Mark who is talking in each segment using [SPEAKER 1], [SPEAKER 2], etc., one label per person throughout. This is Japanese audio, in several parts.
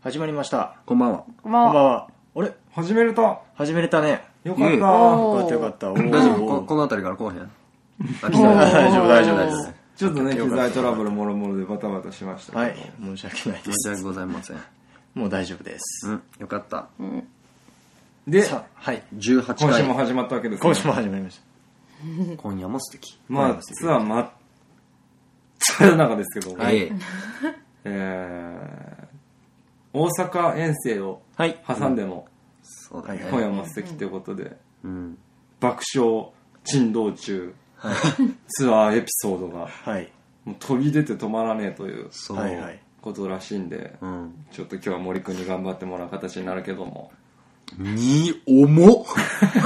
[SPEAKER 1] 始まりました。
[SPEAKER 2] こんばんは。
[SPEAKER 3] こんばん
[SPEAKER 1] こんばん
[SPEAKER 3] は。
[SPEAKER 1] は。あれ
[SPEAKER 3] 始めると、よ
[SPEAKER 1] 始めれたね。
[SPEAKER 3] かっ
[SPEAKER 2] うん
[SPEAKER 3] た。
[SPEAKER 1] よ
[SPEAKER 3] ち
[SPEAKER 1] かったよかった。おー
[SPEAKER 2] 大丈夫ここの辺りから来おへ んあ、来 た。
[SPEAKER 1] 大丈夫大丈夫です。
[SPEAKER 3] ょっとね、機材トラブルもろもろでバタバタしましたけど。
[SPEAKER 1] はい。申し訳ないで
[SPEAKER 2] 申し
[SPEAKER 1] す。
[SPEAKER 2] 訳ございません。
[SPEAKER 1] もう大丈夫です。
[SPEAKER 2] うん、よかった。
[SPEAKER 3] で、
[SPEAKER 1] さあ、はい。
[SPEAKER 2] 18
[SPEAKER 3] 今週
[SPEAKER 2] 回。
[SPEAKER 3] も始まったわけですね
[SPEAKER 1] 今週も始まりまし
[SPEAKER 2] 今夜も素敵。
[SPEAKER 3] まあ、ツアー真っ只中ですけど、
[SPEAKER 2] はい。
[SPEAKER 3] えー、大阪遠征を
[SPEAKER 1] た。はい。
[SPEAKER 3] 挟んでも、
[SPEAKER 2] そうだ
[SPEAKER 1] はい
[SPEAKER 2] ね。
[SPEAKER 3] 今夜も素敵ということで、
[SPEAKER 2] うん。
[SPEAKER 3] 爆笑、珍道中、ツアーエピソードが、
[SPEAKER 1] はい。
[SPEAKER 3] もう飛び出て止まらねえという
[SPEAKER 2] そう。
[SPEAKER 1] はいはい。
[SPEAKER 3] ことらしいんで、
[SPEAKER 2] うん。
[SPEAKER 3] ちょっと今日は森くんに頑張ってもらう形になるけども。
[SPEAKER 2] に、重っ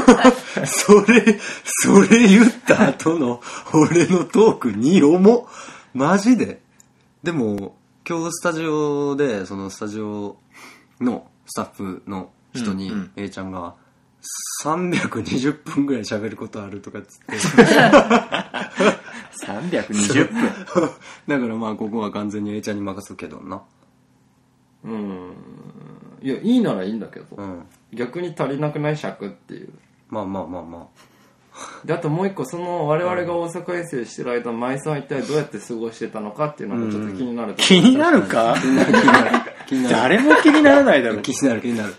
[SPEAKER 2] それ、それ言った後の俺のトークに重っマジででも、今日スタジオで、そのスタジオのスタッフの人に
[SPEAKER 1] うんうん、
[SPEAKER 2] A ちゃんが、320分ぐらい喋ることあるとかっつって、
[SPEAKER 1] 320分。
[SPEAKER 2] だからまあここは完全に A ちゃんに任すけどな。
[SPEAKER 3] うん。いや、いいならいいんだけど、
[SPEAKER 2] うん。
[SPEAKER 3] 逆に足りなくない尺っていう。
[SPEAKER 2] まあまあまあま
[SPEAKER 3] で、あともう一個、その我々が大阪遠征してる間、舞さんは一体どうやって過ごしてたのかっていうのがちょっと気になるとこ
[SPEAKER 1] 気になるか
[SPEAKER 2] あ。気になる。
[SPEAKER 1] 誰も気にならないだろう
[SPEAKER 2] 気。になる気になる。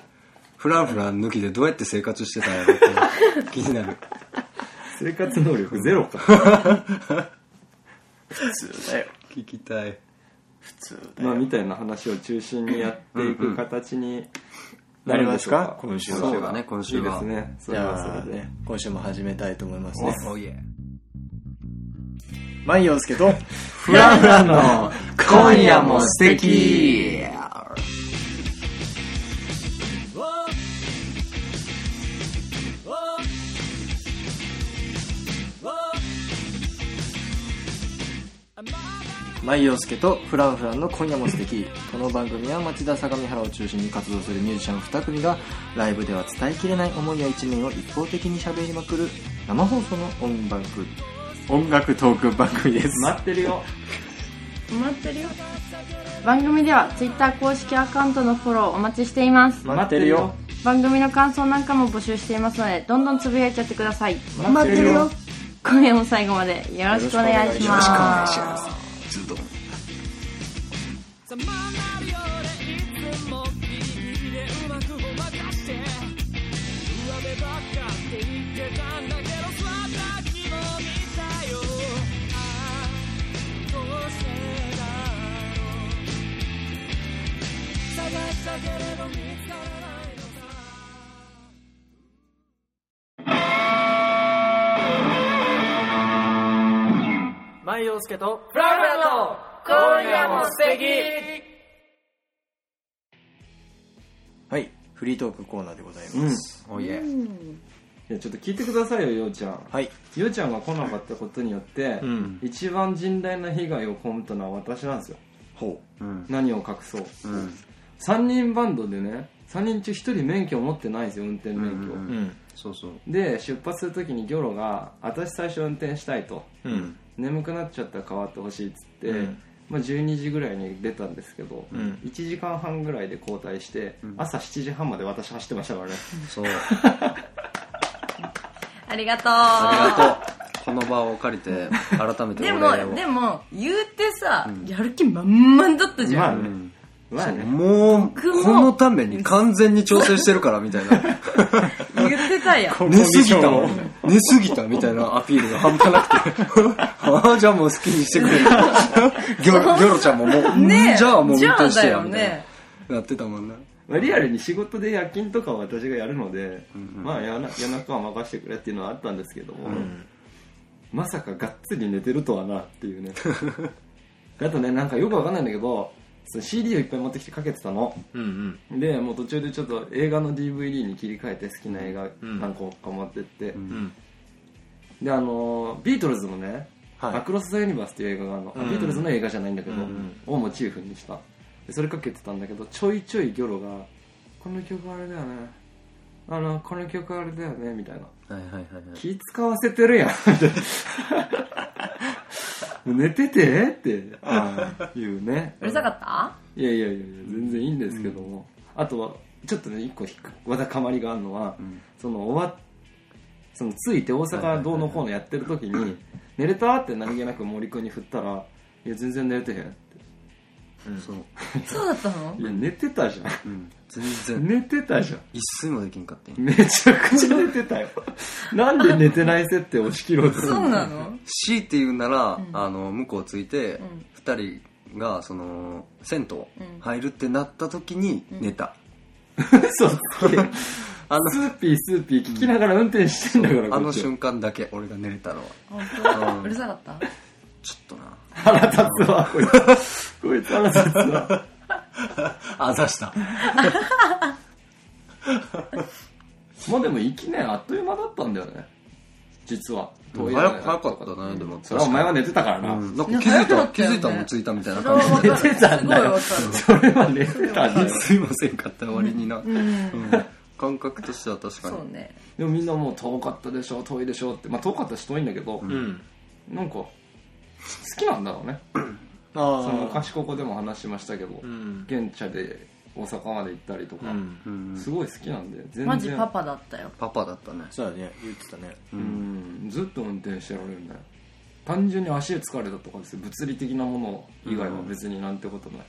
[SPEAKER 2] フランフラン抜きでどうやって生活してたんやろ って。気になる。
[SPEAKER 3] 生活能力ゼロか。
[SPEAKER 1] 普通だよ。
[SPEAKER 2] 聞きたい。
[SPEAKER 1] 普通だ
[SPEAKER 3] まあ、
[SPEAKER 1] よ。
[SPEAKER 3] みたいな話を中心にやっていく形に
[SPEAKER 1] なりますか
[SPEAKER 3] なるんでし
[SPEAKER 2] 今週
[SPEAKER 3] ょう
[SPEAKER 2] はそうだね今週はい
[SPEAKER 3] いですね。そ
[SPEAKER 1] じ
[SPEAKER 3] れは
[SPEAKER 1] ゃあ
[SPEAKER 3] それで
[SPEAKER 1] ね。、今週も始めたいと思います
[SPEAKER 2] お
[SPEAKER 1] ね。
[SPEAKER 2] おいえ。
[SPEAKER 1] マイヨウスケと、
[SPEAKER 2] フランフラ ンの今夜も素敵
[SPEAKER 1] マイヨウスケとフランフランの今夜も素敵この番組は町田相模原を中心に活動するミュージシャン2組がライブでは伝えきれない思いや一面を一方的に喋りまくる生放送の音楽音楽トーク番組です
[SPEAKER 3] 待ってるよ。
[SPEAKER 4] 待ってるよ番組では Twitter 公式アカウントのフォローお待ちしています
[SPEAKER 1] 待ってるよ
[SPEAKER 4] 番組の感想なんかも募集していますのでどんどんつぶやいちゃってください
[SPEAKER 3] 待ってるよ。
[SPEAKER 4] 今夜も最後までよろしくお願いします
[SPEAKER 2] ズドン。
[SPEAKER 5] 万葉介とフラフラの今夜も素敵
[SPEAKER 1] はいフリートークコーナーでございます、
[SPEAKER 2] おいえ。
[SPEAKER 3] いや、ちょっと聞いてくださいよ、ようちゃん。
[SPEAKER 1] はい
[SPEAKER 3] ゆうちゃんが来なかったことによって、
[SPEAKER 1] ん
[SPEAKER 3] 一番甚大な被害を被ったのは私なんですよ
[SPEAKER 1] ほ
[SPEAKER 2] うん。
[SPEAKER 3] 何を隠そう
[SPEAKER 2] うん。
[SPEAKER 3] 3人バンドでね3人中1人免許を持ってないんですよ運転免許を、
[SPEAKER 2] うんうん
[SPEAKER 1] ううん
[SPEAKER 2] そうそう。
[SPEAKER 3] で出発する時にギョロが「私最初運転したい」と
[SPEAKER 1] うん
[SPEAKER 3] 「眠くなっちゃったら変わってほしい」っつって、
[SPEAKER 1] うん
[SPEAKER 3] まあ、12時ぐらいに出たんですけど、
[SPEAKER 1] ん
[SPEAKER 3] 1時間半ぐらいで交代して、朝7時半まで私走ってましたからね
[SPEAKER 2] そう。
[SPEAKER 4] ありがとう
[SPEAKER 2] ありがとう。この場を借りて、改めて
[SPEAKER 4] で
[SPEAKER 2] お礼を。
[SPEAKER 4] もでも言うてさ、やる気満々だったじゃん、
[SPEAKER 3] ねまあね
[SPEAKER 2] もう、こ
[SPEAKER 4] 僕も
[SPEAKER 2] のために完全に調整してるから、みたい な。
[SPEAKER 4] 言ってたやん
[SPEAKER 2] 寝すぎたもん寝すぎたみたいなアピールが半端な くて。ああ、じゃあもう好きにしてく れる。ギョギョロちゃんももう、
[SPEAKER 4] ねえ
[SPEAKER 2] じゃあもう運転して
[SPEAKER 4] じゃ
[SPEAKER 2] や、
[SPEAKER 4] あだよ
[SPEAKER 2] み
[SPEAKER 4] ね
[SPEAKER 2] たいな。なってたもんな。
[SPEAKER 3] まあリアルに仕事で夜勤とかは私がやるので、まあ夜な夜中は任せてくれっていうのはあったんですけども、まさかがっつり寝てるとはなっていうね あとねなんかよくわかんないんだけどその CD をいっぱい持ってきてかけてたの
[SPEAKER 1] うんうん
[SPEAKER 3] でもう途中でちょっと映画の DVD に切り替えて好きな映画何個か持ってって、
[SPEAKER 1] うん
[SPEAKER 3] であのービートルズのね「
[SPEAKER 1] はい
[SPEAKER 3] アクロス・ザ・ユニバース」っていう映画があるの、
[SPEAKER 1] うん
[SPEAKER 3] ビートルズの映画じゃないんだけど、
[SPEAKER 1] うん
[SPEAKER 3] をモチーフにしたでそれかけてたんだけどちょいちょいギョロが「この曲あれだよねあのこの曲あれだよね」みたいな
[SPEAKER 2] はいはいはい
[SPEAKER 3] 「
[SPEAKER 2] はい。
[SPEAKER 3] 気使わせてるやん」 みたいな寝ててって
[SPEAKER 1] ああ
[SPEAKER 3] いうね
[SPEAKER 4] うるさかった
[SPEAKER 3] いやいやいやいや全然いいんですけども、あとはちょっとね一個引くわだかまりがあるのは、
[SPEAKER 2] ん
[SPEAKER 3] その終わっそのついて大阪どうのこうのやってる時に「寝れた?」って何気なく森君に振ったら「いや全然寝れてへん」って
[SPEAKER 2] そう、
[SPEAKER 4] そうだったの
[SPEAKER 3] 「いや寝てたじゃん」
[SPEAKER 2] うん、全然
[SPEAKER 3] 寝てたじゃん
[SPEAKER 2] 一睡もできんかったんや
[SPEAKER 3] めちゃくちゃ寝て たよなんで寝てない設定押し切ろうとする
[SPEAKER 4] そうなの
[SPEAKER 2] 強いて言うなら、
[SPEAKER 4] ん
[SPEAKER 2] あの向こうついて、
[SPEAKER 4] ん
[SPEAKER 2] 二2人がその銭
[SPEAKER 4] うん
[SPEAKER 2] 湯入るってなった時に寝た、
[SPEAKER 3] そう
[SPEAKER 2] あの
[SPEAKER 3] スーピースーピー聞きながら運転してんだから
[SPEAKER 2] あ
[SPEAKER 3] こ
[SPEAKER 2] の
[SPEAKER 3] っちは
[SPEAKER 2] 瞬間だけ俺が寝れたのは
[SPEAKER 4] 本
[SPEAKER 2] う
[SPEAKER 4] 当
[SPEAKER 2] ん
[SPEAKER 4] うるさかった
[SPEAKER 2] ちょっとな
[SPEAKER 3] 腹立つわこいつこいつ腹立つわ
[SPEAKER 2] あざした
[SPEAKER 3] まあでも1年あっという間だったんだよね実は
[SPEAKER 2] 早
[SPEAKER 3] 遠い間
[SPEAKER 2] く早かったねでも
[SPEAKER 3] それはお前は
[SPEAKER 2] ね、
[SPEAKER 3] 寝てたからな、
[SPEAKER 2] うん、なんか気づいた
[SPEAKER 4] 早かった
[SPEAKER 2] 気
[SPEAKER 4] よね
[SPEAKER 2] づいたらもうついたみたいな
[SPEAKER 4] それは
[SPEAKER 2] 感
[SPEAKER 4] 分かるすごい分かる
[SPEAKER 3] それは寝てたんだよ
[SPEAKER 2] じすいませんかった割にな、うん感覚としては確かに
[SPEAKER 4] そうね
[SPEAKER 3] でもみんなもう遠かったでしょ遠いでしょってまあ遠かったし遠いんだけど、
[SPEAKER 1] うん
[SPEAKER 3] なんか好きなんだろうね
[SPEAKER 1] ああ
[SPEAKER 3] その昔ここでも話しましたけど、
[SPEAKER 1] うん
[SPEAKER 3] 現地で大阪まで行ったりと
[SPEAKER 1] う
[SPEAKER 3] か、
[SPEAKER 1] ん
[SPEAKER 2] うん
[SPEAKER 3] すごい好きなんで全然
[SPEAKER 4] マジパパだったよ
[SPEAKER 2] パパだったね
[SPEAKER 1] そうだね言ってたね
[SPEAKER 3] うんずっと運転してられるんだよ単純に足疲れたとかですよ物理的なもの以外は別になんてことない、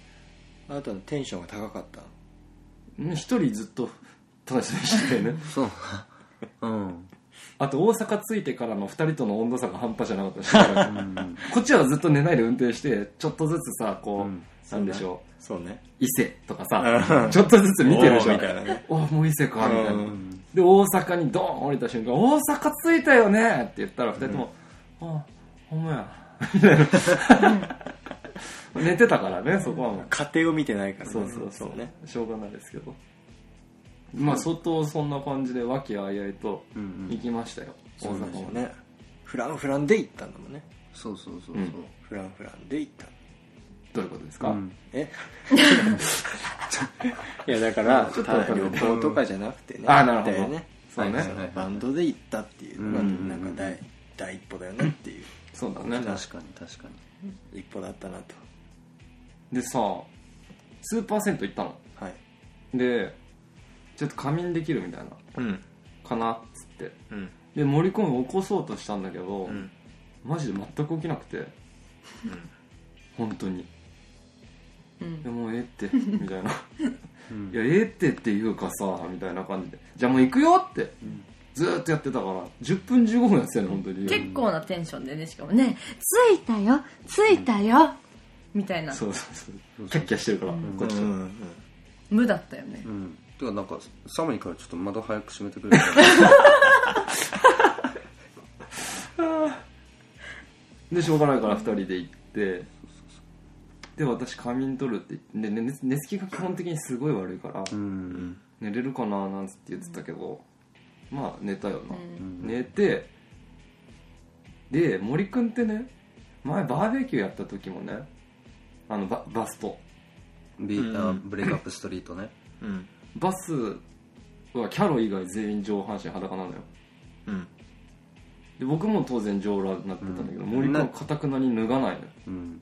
[SPEAKER 1] あなたのテンションが高かった
[SPEAKER 3] うん一人ずっと楽しみにしてたよね
[SPEAKER 2] そううん
[SPEAKER 3] あと大阪着いてからの2人との温度差が半端じゃなかったししばらくこっちはずっと寝ないで運転してちょっとずつさこう、
[SPEAKER 2] うん
[SPEAKER 3] なんでしょ
[SPEAKER 1] そうね
[SPEAKER 3] う伊勢とかさちょっとずつ見てるでし
[SPEAKER 1] お
[SPEAKER 3] ょ
[SPEAKER 1] ーみたいなね
[SPEAKER 3] おーもう伊勢かみたいな、
[SPEAKER 1] うん
[SPEAKER 3] で大阪にドーン降りた瞬間「大阪着いたよね」って言ったら2人とも「あほんまや」 みたいな寝てたからねそこはもう
[SPEAKER 1] 家庭を見てないからね
[SPEAKER 3] そうそうそう
[SPEAKER 1] ね
[SPEAKER 3] しょうがないですけどまあ相当そんな感じで和気あいあいと
[SPEAKER 2] うん
[SPEAKER 3] 行きましたよ、
[SPEAKER 1] そうなんです
[SPEAKER 3] 大
[SPEAKER 1] よ
[SPEAKER 3] 阪まで
[SPEAKER 1] ねフランフランで行ったんだもんね
[SPEAKER 2] そうそうそうそう、
[SPEAKER 3] うん
[SPEAKER 1] フランフランで行った
[SPEAKER 3] どういうことですか、
[SPEAKER 2] うん
[SPEAKER 1] え いやだから
[SPEAKER 3] ちょっと
[SPEAKER 1] ただ旅行とかじゃなくてね
[SPEAKER 3] あーなるほど
[SPEAKER 1] だよね
[SPEAKER 3] そうね、
[SPEAKER 2] はいはいはい
[SPEAKER 1] バンドで行ったっていうのが
[SPEAKER 2] うん
[SPEAKER 1] なんか第第一歩だよねっていう
[SPEAKER 3] そうだね
[SPEAKER 2] 確かに確かに
[SPEAKER 1] 一歩だったなと
[SPEAKER 3] でさスーパー銭湯行ったの
[SPEAKER 1] はい
[SPEAKER 3] でちょっと仮眠できるみたいな
[SPEAKER 1] うん
[SPEAKER 3] かなっつって
[SPEAKER 1] うん
[SPEAKER 3] で森君を起こそうとしたんだけど、
[SPEAKER 1] うん
[SPEAKER 3] マジで全く起きなくて、本当に
[SPEAKER 4] うん
[SPEAKER 3] でもうえ えってみたいな
[SPEAKER 2] うん
[SPEAKER 3] いやええってっていうかさみたいな感じでじゃあもう行くよって、ずーっとやってたから10分15分やってたよね本当に
[SPEAKER 4] 結構なテンションでねしかもね「着いたよ着いたよ」みたいな
[SPEAKER 3] そうそうそうキャッキャしてるから、こっ
[SPEAKER 1] う
[SPEAKER 3] ちは、
[SPEAKER 1] ん
[SPEAKER 4] 無だったよね
[SPEAKER 2] うんてかなんか寒いからちょっと窓早く閉めてくれる
[SPEAKER 3] でしょうがないから2人で行ってで私仮眠取るって言ってで寝寝つきが基本的にすごい悪いから、
[SPEAKER 2] うん
[SPEAKER 3] 寝れるかななんつって言ってたけど、まあ寝たよな、
[SPEAKER 2] ん
[SPEAKER 3] 寝てで森くんってね前バーベキューやった時もねあのババスと
[SPEAKER 2] ビーター
[SPEAKER 1] うん
[SPEAKER 2] ブレイクアップストリートね
[SPEAKER 1] うん
[SPEAKER 3] バスはキャロ以外全員上半身裸なのよ
[SPEAKER 1] うん
[SPEAKER 3] で僕も当然上裸になってたんだけど、森くんはかたくなに脱がないのよ
[SPEAKER 2] うん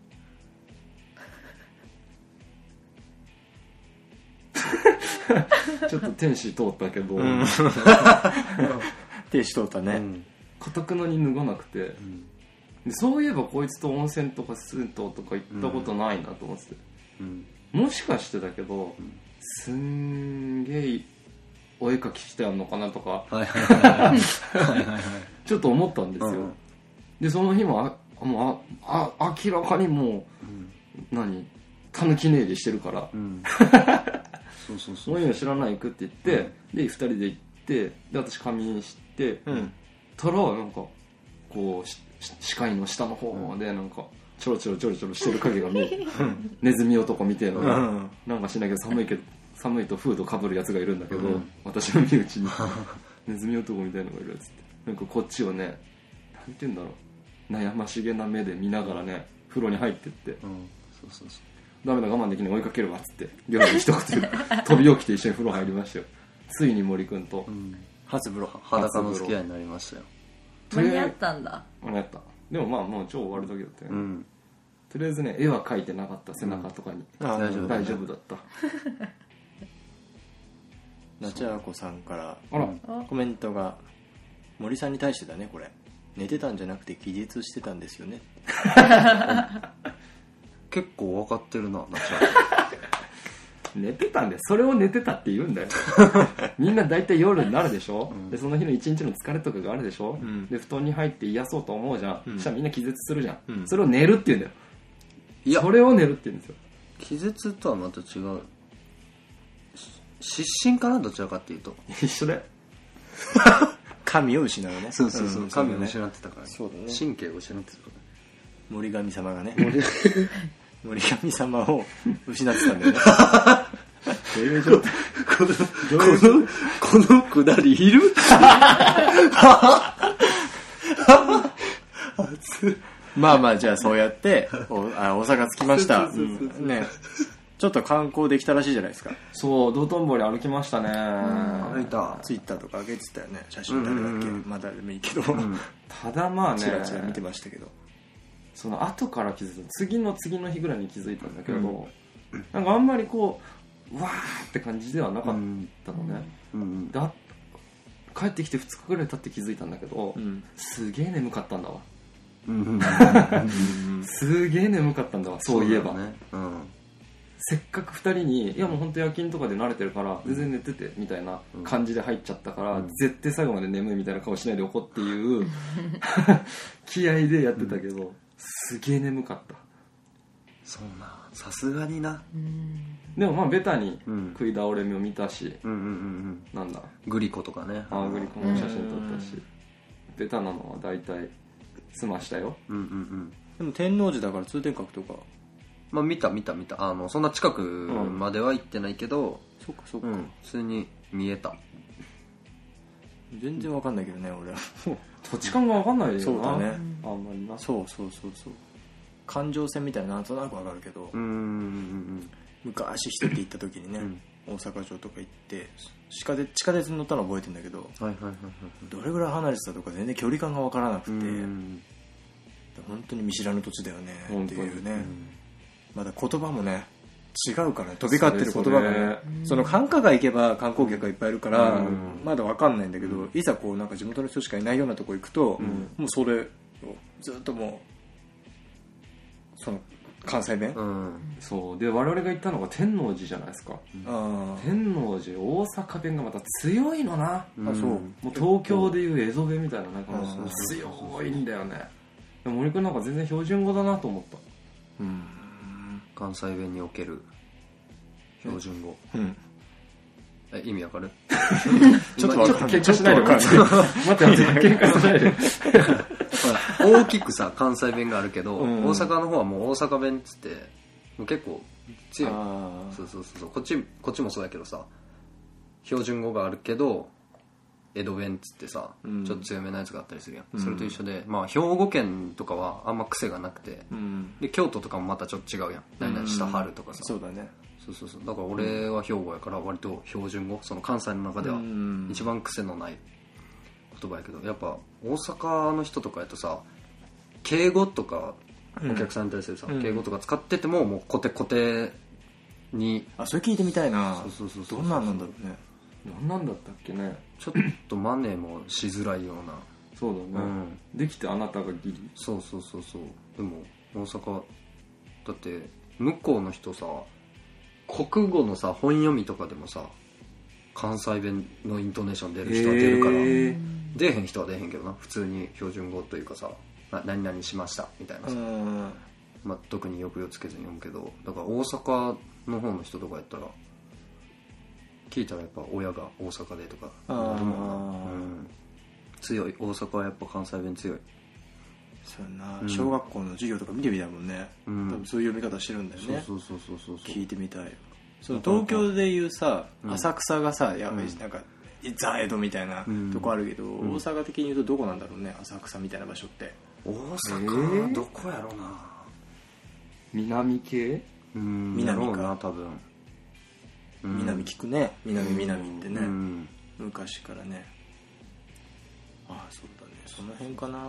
[SPEAKER 3] ちょっと天使通ったけど
[SPEAKER 1] ん手しとった
[SPEAKER 2] う
[SPEAKER 1] ね
[SPEAKER 2] ん
[SPEAKER 3] かたくなに脱がなくて、
[SPEAKER 2] ん
[SPEAKER 3] でそういえばこいつと温泉とか銭湯とか行ったことないなと思ってて、
[SPEAKER 2] うん
[SPEAKER 3] もしかしてだけど、すんげえお絵描きしてあんのかなとか
[SPEAKER 2] はいはいはいはいはいはい
[SPEAKER 3] ちょっと思ったんですよ、
[SPEAKER 2] うん
[SPEAKER 3] でその日もあもうああ明らかにもう、何たぬき寝入りしてるから、
[SPEAKER 2] うんそうそうそ
[SPEAKER 3] そうういうの知らない行くって言って、で2人で行ってで私仮眠して、
[SPEAKER 1] うん
[SPEAKER 3] たらなんかこうしし視界の下の方までなんかちょろちょろちょろちょろしてる影が見えるネズミ男みたいなのが、
[SPEAKER 1] うん
[SPEAKER 3] なんかしないけど寒いけど寒いとフードかぶるやつがいるんだけど、
[SPEAKER 2] うん
[SPEAKER 3] 私の身内にネズミ男みたいのがいるやつってなんかこっちをねなんて言うんだろう悩ましげな目で見ながらね風呂に入ってって
[SPEAKER 2] うんそうそうそう
[SPEAKER 3] ダメだ我慢できない追いかけるわっつって夜に一言飛び起きて一緒に風呂入りましたよついに森くんと
[SPEAKER 2] うん
[SPEAKER 1] 初風呂
[SPEAKER 2] 裸の付き合いになりましたよ
[SPEAKER 4] 間に合ったんだ
[SPEAKER 3] 間に合ったでもまあもう超終わる時だったよ、
[SPEAKER 2] うん
[SPEAKER 3] とりあえずね絵は描いてなかった背中とかに、
[SPEAKER 1] あ
[SPEAKER 2] 大丈夫
[SPEAKER 3] 大丈夫だった
[SPEAKER 1] なちゃらこさんから
[SPEAKER 3] あら、
[SPEAKER 1] コメントが森さんに対してだねこれ寝てたんじゃなくて気絶してたんですよね
[SPEAKER 2] 結構分かってるな、なち
[SPEAKER 3] 寝てたんでそれを寝てたって言うんだよみんな大体夜になるでしょ、でその日の一日の疲れとかがあるでしょ、
[SPEAKER 1] ん
[SPEAKER 3] で布団に入って癒そうと思うじゃん、そしたらみんな気絶するじゃん、
[SPEAKER 1] うん
[SPEAKER 3] それを寝るって言うんだよ
[SPEAKER 2] いや
[SPEAKER 3] それを寝るって言うんですよ
[SPEAKER 2] 気絶とはまた違う。し失神かな、どちらかっていうと。
[SPEAKER 3] 一緒だよ
[SPEAKER 1] 神を失うねん
[SPEAKER 2] 神を
[SPEAKER 1] ね
[SPEAKER 2] 失ってたからね。
[SPEAKER 1] そうだね
[SPEAKER 2] 神経を失ってたからね。
[SPEAKER 1] 森神様がね 森神様を失ってたんだよ ね
[SPEAKER 3] どういう状態
[SPEAKER 2] この、この、このくだりいる
[SPEAKER 1] まあまあじゃあそうやっておあ大阪着きました
[SPEAKER 2] そうそうそうそう
[SPEAKER 1] ねちょっと観光できたらしいじゃないですか
[SPEAKER 3] そう道頓堀歩きましたね、
[SPEAKER 2] 歩いた。
[SPEAKER 1] ツイッターとか上げてたよね写真誰だっけ、
[SPEAKER 2] うんうんうん
[SPEAKER 1] まあ誰でもいいけど、
[SPEAKER 3] ただまあね
[SPEAKER 1] チラチラ見てましたけど
[SPEAKER 3] その後から気づいた次の次の日ぐらいに気づいたんだけど、なんかあんまりこうわーって感じではなかったのね、
[SPEAKER 2] うん
[SPEAKER 3] だ帰ってきて2日ぐらい経って気づいたんだけど、
[SPEAKER 1] うん
[SPEAKER 3] すげえ眠かったんだわ
[SPEAKER 2] うん。
[SPEAKER 3] すげえ眠かったんだわそういえば、
[SPEAKER 2] だね。うん。
[SPEAKER 3] せっかく2人に「いやもう本当夜勤とかで慣れてるから全然寝てて」みたいな感じで入っちゃったから、
[SPEAKER 2] うん
[SPEAKER 3] 絶対最後まで眠いみたいな顔しないでおこうって いう 気合でやってたけど、すげえ眠かった
[SPEAKER 2] そうな。さすがにな。
[SPEAKER 4] うん
[SPEAKER 3] でもまあベタに
[SPEAKER 2] うん
[SPEAKER 3] 食い倒れ目を見たし、
[SPEAKER 2] うんうんうんうん。
[SPEAKER 3] なんだ
[SPEAKER 2] グリコとかね。
[SPEAKER 3] アーグリコも写真撮ったし、ベタなのは大体済ましたよ
[SPEAKER 2] うんうんうん。
[SPEAKER 1] でも天王寺だから通天閣とか
[SPEAKER 2] まあ見た見た見た。あの、そんな近くまでは行ってないけど、
[SPEAKER 1] そっかそっ
[SPEAKER 2] う
[SPEAKER 1] か、
[SPEAKER 2] ん、普通に見えた。
[SPEAKER 1] 全然わかんないけどね俺は
[SPEAKER 3] 土地勘が分かんないよな
[SPEAKER 1] そうだね
[SPEAKER 3] あんまりな
[SPEAKER 1] そうそうそうそう環状線みたいななんとなくわかるけど、
[SPEAKER 2] うんうん
[SPEAKER 1] 昔一人で行った時にね、大阪城とか行って地下で地下鉄に乗ったの覚えてんだけど
[SPEAKER 2] うん。はいはいはいはい。
[SPEAKER 1] どれぐらい離れてたとか全然距離感がわからなくて、
[SPEAKER 2] うん
[SPEAKER 1] 本当に見知らぬ土地だよね
[SPEAKER 3] 本
[SPEAKER 1] って
[SPEAKER 3] 当に
[SPEAKER 1] いうね、
[SPEAKER 2] うん
[SPEAKER 1] まだ言葉もね違うからね飛び交ってる言葉がねその繁華街行けば観光客がいっぱいいるから、
[SPEAKER 2] うん
[SPEAKER 1] まだわかんないんだけど、いざこうなんか地元の人しかいないようなとこ行くと、もうそれをずっともうその関西弁、
[SPEAKER 2] うん。
[SPEAKER 3] そうで我々が行ったのが天王寺じゃないですか
[SPEAKER 1] あー
[SPEAKER 3] 天王寺大阪弁がまた強いのな
[SPEAKER 1] あそう、
[SPEAKER 3] もう東京でいう蝦夷弁みたいななんかもう
[SPEAKER 1] そう
[SPEAKER 3] 強いんだよねでも森君なんか全然標準語だなと思った
[SPEAKER 1] うん
[SPEAKER 2] 関西弁における標準語。
[SPEAKER 1] うん、
[SPEAKER 2] え、意味わかる
[SPEAKER 1] ちょっとわかんない
[SPEAKER 3] 喧嘩しないで 待って待って待って喧嘩しないで
[SPEAKER 2] ほら大きくさ、関西弁があるけど、
[SPEAKER 1] うん
[SPEAKER 2] 大阪の方はもう大阪弁っつって、もう結構強い。
[SPEAKER 1] あー
[SPEAKER 2] そうそうそうそうこっちこっちもそうだけどさ標準語があるけど江戸弁っつってさ、
[SPEAKER 1] うん
[SPEAKER 2] ちょっと強めなやつがあったりするやん、
[SPEAKER 1] うん
[SPEAKER 2] それと一緒でまあ兵庫県とかはあんま癖がなくて
[SPEAKER 1] うん
[SPEAKER 2] で京都とかもまたちょっと違うやん何々した春とかさ、
[SPEAKER 1] そうだね
[SPEAKER 2] そうそうそうだから俺は兵庫やから割と標準語その関西の中では
[SPEAKER 1] うん
[SPEAKER 2] 一番癖のない言葉やけどやっぱ大阪の人とかやとさ敬語とかお客さんに対するさ、
[SPEAKER 1] ん
[SPEAKER 2] 敬語とか使っててももうコテコテに
[SPEAKER 1] あそれ聞いてみたいな
[SPEAKER 2] そうそうそうそう
[SPEAKER 1] どんなんなんだろうね
[SPEAKER 3] 何なんだったっけね
[SPEAKER 2] ちょっとマネもしづらいような
[SPEAKER 3] そうだね、
[SPEAKER 2] うん
[SPEAKER 3] できてあなたがギリ
[SPEAKER 2] そうそうそうそうでも大阪だって向こうの人さ国語のさ本読みとかでもさ関西弁のイントネーション出る人は出るから、
[SPEAKER 3] へ
[SPEAKER 2] 出えへん人は出えへんけどな普通に標準語というかさな何々しましたみたいな
[SPEAKER 1] う
[SPEAKER 2] さ、
[SPEAKER 1] ん
[SPEAKER 2] まあ、特に抑揚つけずに読むけどだから大阪の方の人とかやったら聞いたらやっぱ親が大阪でとかなるもん
[SPEAKER 1] あー
[SPEAKER 2] な、うん、強い大阪はやっぱ関西弁強い
[SPEAKER 1] そうや
[SPEAKER 2] う
[SPEAKER 1] なん小学校の授業とか見てみたいもんね、
[SPEAKER 2] うん
[SPEAKER 1] 多分そういう読み方してるんだよね
[SPEAKER 2] そうそうそうそうそう
[SPEAKER 1] 聞いてみたいよその東京でいうさ、
[SPEAKER 2] うん
[SPEAKER 1] 浅草がさやべえなんかザ・江戸みたいな
[SPEAKER 2] うん
[SPEAKER 1] とこあるけど、
[SPEAKER 2] ん
[SPEAKER 1] 大阪的に言うとどこなんだろうね浅草みたいな場所って
[SPEAKER 2] 大
[SPEAKER 3] え
[SPEAKER 2] 阪
[SPEAKER 3] ー
[SPEAKER 2] どこやろうな
[SPEAKER 3] 南系
[SPEAKER 2] うん
[SPEAKER 1] 南か
[SPEAKER 2] やろうな多分うん
[SPEAKER 1] 南聞くね南南ってね、
[SPEAKER 2] うん
[SPEAKER 1] 昔からねああそうだねその辺かな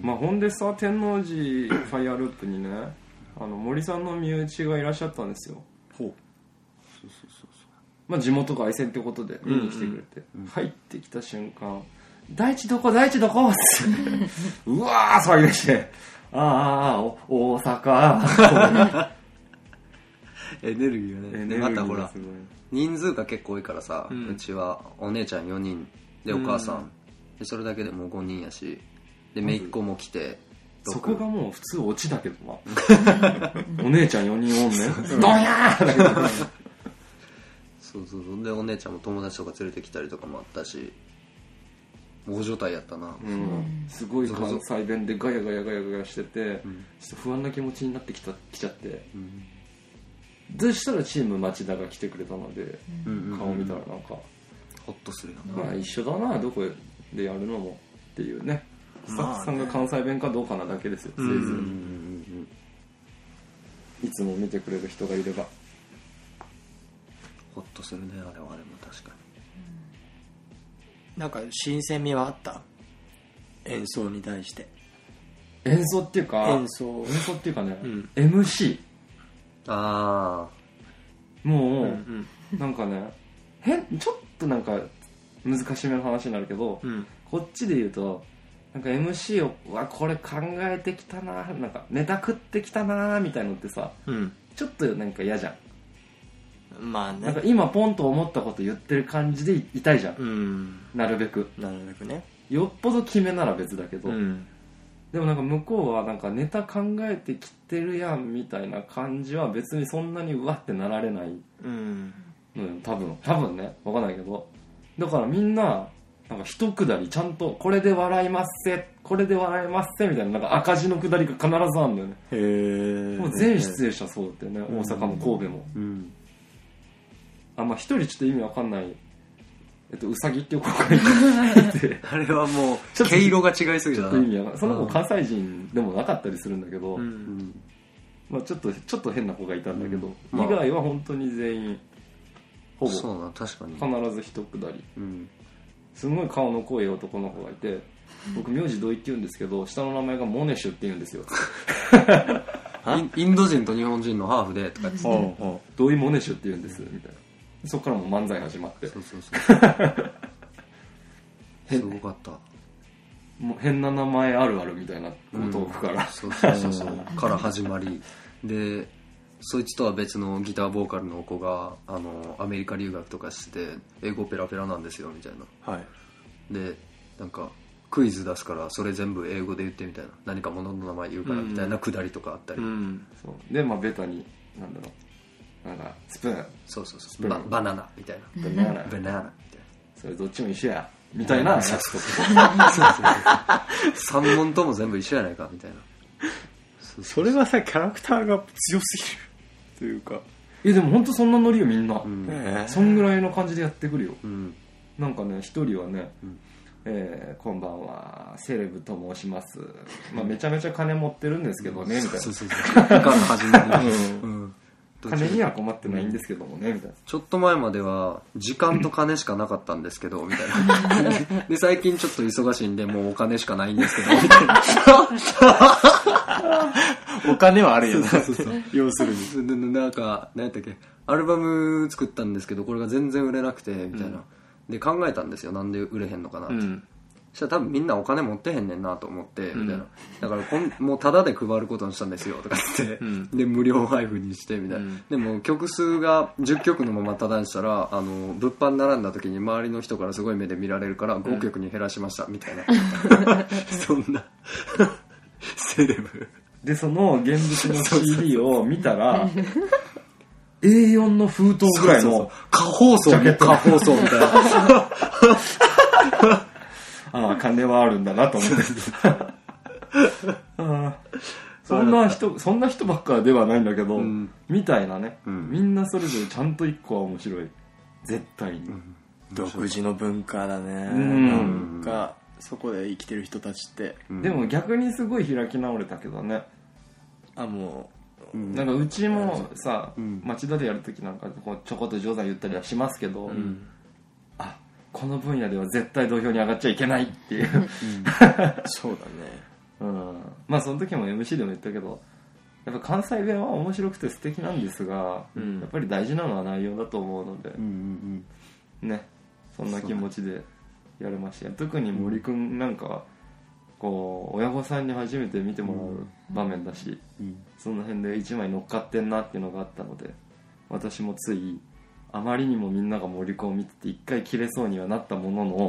[SPEAKER 3] まあ、ほんでさ天王寺ファイアループにねあの森さんの身内がいらっしゃったんですよ
[SPEAKER 2] ほう
[SPEAKER 3] まあ、地元凱旋ってことで見に来てくれて、入ってきた瞬間「大地どこ大地どこ?」って うわー騒ぎ出して「ああああお大 阪」
[SPEAKER 2] エネルギーがねでまたほら
[SPEAKER 3] すごい
[SPEAKER 2] 人数が結構多いからさ、う
[SPEAKER 1] うん
[SPEAKER 2] ちはお姉ちゃん4人でお母さん、でそれだけでもう5人やしで姪っ子も来て
[SPEAKER 3] そこが
[SPEAKER 2] 6
[SPEAKER 3] もう普通オチだけど なお姉ちゃん4人おんねどんやーだけど
[SPEAKER 2] そうそうそうでお姉ちゃんも友達とか連れてきたりとかもあったし大所帯やったな、
[SPEAKER 3] うんすごい関西弁でガヤガヤガヤガヤしてて、ちょっと不安な気持ちになってきた来ちゃって、そしたらチーム町田が来てくれたので、
[SPEAKER 2] うんうん
[SPEAKER 3] 顔見たらなんか、
[SPEAKER 2] ホッとするよ
[SPEAKER 3] まあ一緒だなどこでやるのもっていうねスタ
[SPEAKER 1] まあね
[SPEAKER 3] ッフさんが関西弁かどうかなだけですよ、せい
[SPEAKER 1] ん
[SPEAKER 2] うんう
[SPEAKER 3] ぜ
[SPEAKER 2] ん
[SPEAKER 3] いいつも見てくれる人がいれば
[SPEAKER 2] ホッとするねあれはあれも確か
[SPEAKER 1] なんか新鮮味はあった演奏に対して
[SPEAKER 3] 演奏っていうか
[SPEAKER 1] 演奏
[SPEAKER 3] 演奏っていうかね、
[SPEAKER 1] ん
[SPEAKER 3] MC
[SPEAKER 2] にあ
[SPEAKER 3] もう、
[SPEAKER 1] うん
[SPEAKER 3] なんかね変ちょっとなんか難しめの話になるけど、
[SPEAKER 1] うん
[SPEAKER 3] こっちで言うとなんか MC をうわこれ考えてきたななんかネタ食ってきたなみたいのってさ
[SPEAKER 1] うん
[SPEAKER 3] ちょっとなんか嫌じゃん
[SPEAKER 1] まあ
[SPEAKER 3] なん
[SPEAKER 1] ね
[SPEAKER 3] か今ポンと思ったこと言ってる感じでいいたいじゃん、
[SPEAKER 1] うん
[SPEAKER 3] なるべく
[SPEAKER 1] なるべくね
[SPEAKER 3] よっぽど決めなら別だけど、
[SPEAKER 1] ん
[SPEAKER 3] でもなんか向こうはなんかネタ考えてきてるやんみたいな感じは別にそんなにうわってなられない
[SPEAKER 1] うん
[SPEAKER 3] のよ多分多分ねわかんないけどだからみんななんか一くだりちゃんとこれで笑いますせこれで笑いますせみたいななんか赤字のくだりが必ずあるんだよね
[SPEAKER 1] へえ
[SPEAKER 3] もう全出演者そうだったよね大阪も神戸も
[SPEAKER 2] あうん
[SPEAKER 3] あまあ一人ちょっと意味わかんないえっとうさぎっていう子がいて
[SPEAKER 2] あれはもう
[SPEAKER 3] ちょっと
[SPEAKER 2] 毛色が違いすぎ
[SPEAKER 3] ち
[SPEAKER 2] た
[SPEAKER 3] ょっ
[SPEAKER 2] な
[SPEAKER 3] と意味わかんないその子関西人でもなかったりするんだけど、
[SPEAKER 1] うん
[SPEAKER 2] うん
[SPEAKER 3] まあ、ちょっとちょっと変な子がいたんだけど、
[SPEAKER 2] うんまあ
[SPEAKER 3] 以外は本当に全員ほぼ
[SPEAKER 2] そうな確かに、
[SPEAKER 3] 必ず一くだり
[SPEAKER 2] うん、
[SPEAKER 3] すごい顔の濃い男の子がいて僕名字同意って言うんですけど下の名前がモネシュって言うんですよ
[SPEAKER 2] インインド人と日本人のハーフでとか言ってた
[SPEAKER 1] ほうほ
[SPEAKER 3] 同意モネシュって言うんですみたいなそっからもう漫才始まって
[SPEAKER 2] そうそうそうすごかった
[SPEAKER 3] もう変な名前あるあるみたいなトークから、
[SPEAKER 2] そうそうそうそうから始まりでそいつとは別のギターボーカルの子があのアメリカ留学とかして英語ペラペラなんですよみたいな
[SPEAKER 1] うはい
[SPEAKER 2] でなんかクイズ出すからそれ全部英語で言ってみたいな何か物の名前言うからみたいなくだりとかあったり、
[SPEAKER 1] ん
[SPEAKER 3] そうでまあベタになんだろうなんかスプーン
[SPEAKER 2] そうそうそうババナナみたい
[SPEAKER 3] ベナナ
[SPEAKER 2] なバナナみ
[SPEAKER 3] それどっちも一緒やみたいなやつとか
[SPEAKER 2] たいなそうそうそう3問とも全部一緒やないかみたいなそう
[SPEAKER 1] それはさキャラクターが強すぎるというか
[SPEAKER 3] えでも本当そんなノリよみんな、
[SPEAKER 2] うん
[SPEAKER 1] ね
[SPEAKER 3] そんぐらいの感じでやってくるよ
[SPEAKER 2] うん
[SPEAKER 3] なんかね一人はね、
[SPEAKER 2] うん
[SPEAKER 3] えーこんばんはセレブと申します」まあ、めちゃめちゃ金持ってるんですけどね、みたい
[SPEAKER 2] そうそうそうから始まり
[SPEAKER 3] な、
[SPEAKER 2] うん
[SPEAKER 3] うん、金には困ってないんですけどもね、みたいな
[SPEAKER 2] ちょっと前までは、時間と金しかなかったんですけど、みたいな。で、最近ちょっと忙しいんで、もうお金しかないんですけど、みたいな。
[SPEAKER 1] お金はあるよね
[SPEAKER 2] そうそう。
[SPEAKER 1] 要するに
[SPEAKER 2] でなんか、何やったっけ、アルバム作ったんですけど、これが全然売れなくて、みたいな。で、考えたんですよ。なんで売れへんのかなって。
[SPEAKER 1] うん
[SPEAKER 2] そしたら多分みんなお金持ってへんねんなと思って、みたい
[SPEAKER 1] うん
[SPEAKER 2] な。だからこん、もうタダで配ることにしたんですよ、とか言って。
[SPEAKER 1] うん
[SPEAKER 2] で、無料配布にして、みたいな。
[SPEAKER 1] うん
[SPEAKER 2] でも曲数が10曲のままタダにしたら、あの、物販並んだ時に周りの人からすごい目で見られるから、5曲に減らしました、み たいな。そんな、 セレブ。
[SPEAKER 3] でその現物の CD を見たら A4 の封筒ぐらい
[SPEAKER 2] そうそう
[SPEAKER 3] の
[SPEAKER 2] 過放送
[SPEAKER 3] ジャケット
[SPEAKER 2] 過放送みたいな。
[SPEAKER 3] ああ金はあるんだなと思って ああそんな人そんな人ばっかではないんだけど、
[SPEAKER 2] ん
[SPEAKER 3] みたいなね、
[SPEAKER 2] うん
[SPEAKER 3] みんなそれぞれちゃんと一個は面白い絶対に、
[SPEAKER 1] 独自の文化だね
[SPEAKER 3] う
[SPEAKER 1] な
[SPEAKER 3] ん
[SPEAKER 1] んかそこで生きてる人たちって
[SPEAKER 3] でも逆にすごい開き直れたけどね、
[SPEAKER 1] あも
[SPEAKER 2] うん、
[SPEAKER 3] なんかうちもさ、
[SPEAKER 2] うん
[SPEAKER 3] 町田でやるときなんかこうちょこっと冗談言ったりはしますけど、
[SPEAKER 1] ううん
[SPEAKER 3] あこの分野では絶対土俵に上がっちゃいけないっていう、
[SPEAKER 1] そうだね
[SPEAKER 3] うん、まあその時も MC でも言ったけどやっぱ関西弁は面白くて素敵なんですが、
[SPEAKER 1] うん
[SPEAKER 3] やっぱり大事なのは内容だと思うので
[SPEAKER 2] う、んうん
[SPEAKER 3] ねそんな気持ちでやれましたよ特に森くんなんかはこう親御さんに初めて見てもらう場面だし、
[SPEAKER 2] うんうん
[SPEAKER 3] その辺で一枚乗っかってんなっていうのがあったので私もついあまりにもみんなが森くんを見てて一回切れそうにはなったも のの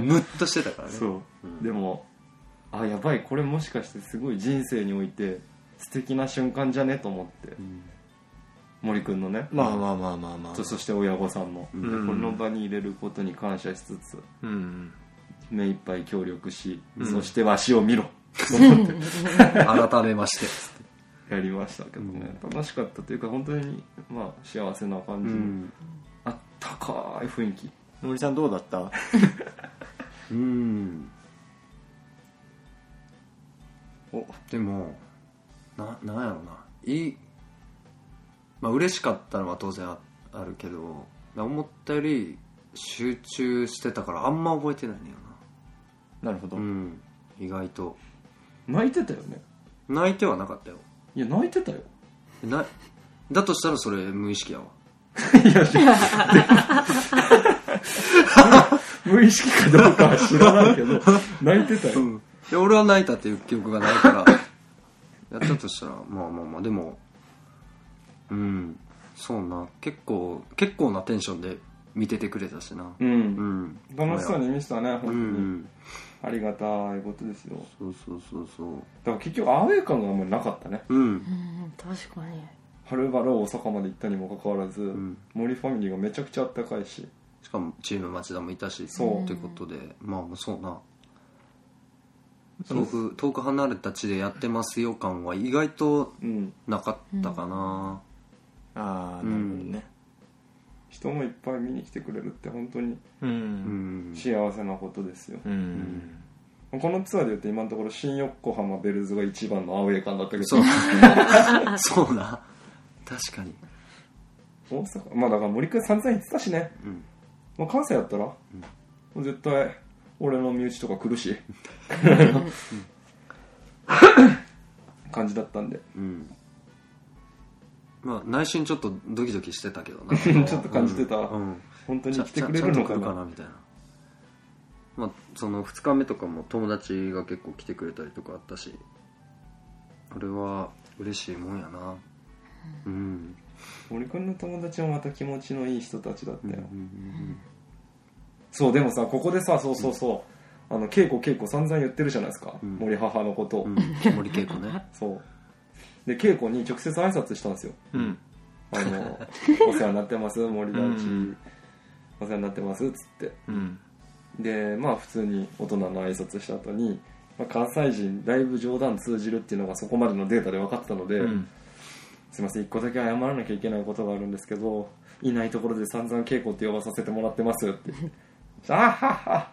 [SPEAKER 2] ムッとしてたからね
[SPEAKER 3] そうでもあやばいこれもしかしてすごい人生において素敵な瞬間じゃねと思って
[SPEAKER 2] うん
[SPEAKER 3] 森くんのね、
[SPEAKER 1] まあまあまあまあまあ
[SPEAKER 3] とそして親御さんの、
[SPEAKER 2] うん
[SPEAKER 3] でこの場に入れることに感謝しつつ、
[SPEAKER 1] うん
[SPEAKER 3] 目いっぱい協力し、
[SPEAKER 1] うん
[SPEAKER 3] そしてわしを見ろと思って
[SPEAKER 2] 改めまして
[SPEAKER 3] やりましたけどね、楽しかったというか本当にまあ幸せな感
[SPEAKER 2] う
[SPEAKER 3] じの、
[SPEAKER 2] ん
[SPEAKER 3] あったかい雰囲気
[SPEAKER 1] 森さんどうだった
[SPEAKER 2] うん
[SPEAKER 1] お
[SPEAKER 2] でもななんやろないいまあ嬉しかったのは当然ああるけど思ったより集中してたからあんま覚えてないのよ
[SPEAKER 1] なるほど
[SPEAKER 2] なうん意外と
[SPEAKER 3] 泣いてたよね
[SPEAKER 2] 泣いてはなかったよ
[SPEAKER 3] いや泣いてたよ
[SPEAKER 2] なだとしたらそれ無意識やわ
[SPEAKER 3] いや知らない無意識かどうかは知らないけ ど泣いてたよ、
[SPEAKER 2] んで俺は泣いたっていう記憶がないから やったとしたらまあまあまあでもうんそうな結構結構なテンションで見ててくれたしなう
[SPEAKER 3] う、
[SPEAKER 2] んん
[SPEAKER 3] 楽しそうに見せたね本当
[SPEAKER 2] う
[SPEAKER 3] に、
[SPEAKER 2] ん
[SPEAKER 3] ありがたいことですよ
[SPEAKER 2] そうそうそうそう
[SPEAKER 3] だから結局アウェー感があんまりなかったね
[SPEAKER 2] うん
[SPEAKER 4] うん確かに
[SPEAKER 3] はるばる大阪まで行ったにもかかわらず、
[SPEAKER 2] ん
[SPEAKER 3] 森ファミリーがめちゃくちゃあったかいし
[SPEAKER 2] しかもチーム町田もいたし
[SPEAKER 3] そう
[SPEAKER 2] ってことでまあそうな遠く遠く離れた地でやってますよ感は意外と
[SPEAKER 3] うん
[SPEAKER 2] なかったかな
[SPEAKER 1] ああなるほどね
[SPEAKER 3] 人もいっぱい見に来てくれるって本当に
[SPEAKER 1] うん
[SPEAKER 2] うん
[SPEAKER 3] 幸せなことですよ、
[SPEAKER 1] うん
[SPEAKER 3] このツアーで言うと今のところ新横浜ベルズが一番のアウェー感だったけど
[SPEAKER 2] そうそうな確かに
[SPEAKER 3] 大阪まあだから森君散々言ってたしね、
[SPEAKER 2] うん
[SPEAKER 3] まあ、関西やったら、もう絶対俺の身内とか来るし感じだったんで
[SPEAKER 2] うんまあ内心ちょっとドキドキしてたけどな
[SPEAKER 3] ちょっと感じてた、
[SPEAKER 2] うん
[SPEAKER 3] 本当に
[SPEAKER 2] ちゃ
[SPEAKER 3] 来てくれるのか
[SPEAKER 2] ちゃんと来る
[SPEAKER 3] な
[SPEAKER 2] かなみたいなまあその2日目とかも友達が結構来てくれたりとかあったしこれは嬉しいもんやなうん
[SPEAKER 3] 森君の友達もまた気持ちのいい人たちだったよ、
[SPEAKER 2] うん
[SPEAKER 3] そうでもさここでさそうそうそう、あの稽古稽古散々言ってるじゃないですか、
[SPEAKER 2] うん
[SPEAKER 3] 森母のことを、
[SPEAKER 2] うんうん森稽古ね
[SPEAKER 3] そうで稽古に直接挨拶したんですよ
[SPEAKER 1] うん
[SPEAKER 3] あ のお世話になってます森大地、
[SPEAKER 1] うん
[SPEAKER 3] お世話になってますっつって
[SPEAKER 1] うん
[SPEAKER 3] でまあ普通に大人の挨拶した後に、まあ、関西人だいぶ冗談通じるっていうのがそこまでのデータで分かってたので、
[SPEAKER 1] うん
[SPEAKER 3] すいません一個だけ謝らなきゃいけないことがあるんですけどいないところで散々稽古って呼ばさせてもらってま すって「あはは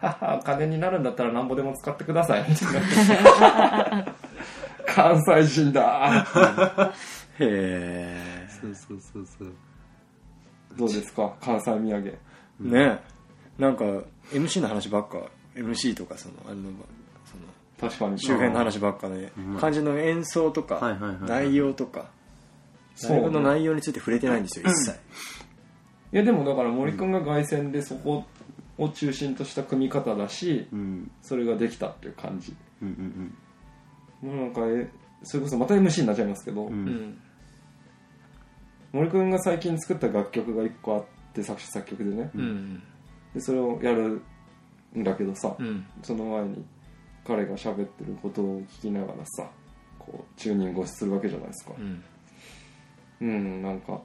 [SPEAKER 3] ははお金になるんだったらなんぼでも使ってくださ い」みたいな関西人だ
[SPEAKER 1] へえ
[SPEAKER 2] そうそうそうそう
[SPEAKER 3] どうですか関西土産
[SPEAKER 1] ねえなんか MC の話ばっか MC とかそのあれのその
[SPEAKER 3] 確かに
[SPEAKER 1] 周辺の話ばっかで、
[SPEAKER 2] ん
[SPEAKER 1] 漢字の演奏と
[SPEAKER 2] はいはいは
[SPEAKER 1] か
[SPEAKER 2] いはい
[SPEAKER 1] 内容とか
[SPEAKER 3] そう
[SPEAKER 1] ライブの内容について触れてないんですよ一切
[SPEAKER 3] いやでもだから森君が凱旋でそこを中心とした組み方だし
[SPEAKER 2] うん
[SPEAKER 3] それができたっていう感じ
[SPEAKER 2] うんうん
[SPEAKER 3] もうなんかえそれこそまた MC になっちゃいますけど、
[SPEAKER 2] うんうん
[SPEAKER 3] 森君が最近作った楽曲が1個あって作詞作曲でね、
[SPEAKER 1] うん
[SPEAKER 3] でそれをやるんだけどさ、
[SPEAKER 1] うん
[SPEAKER 3] その前に彼が喋ってることを聞きながらさこうチューニングをするわけじゃないですか
[SPEAKER 1] うん
[SPEAKER 3] うん、なんか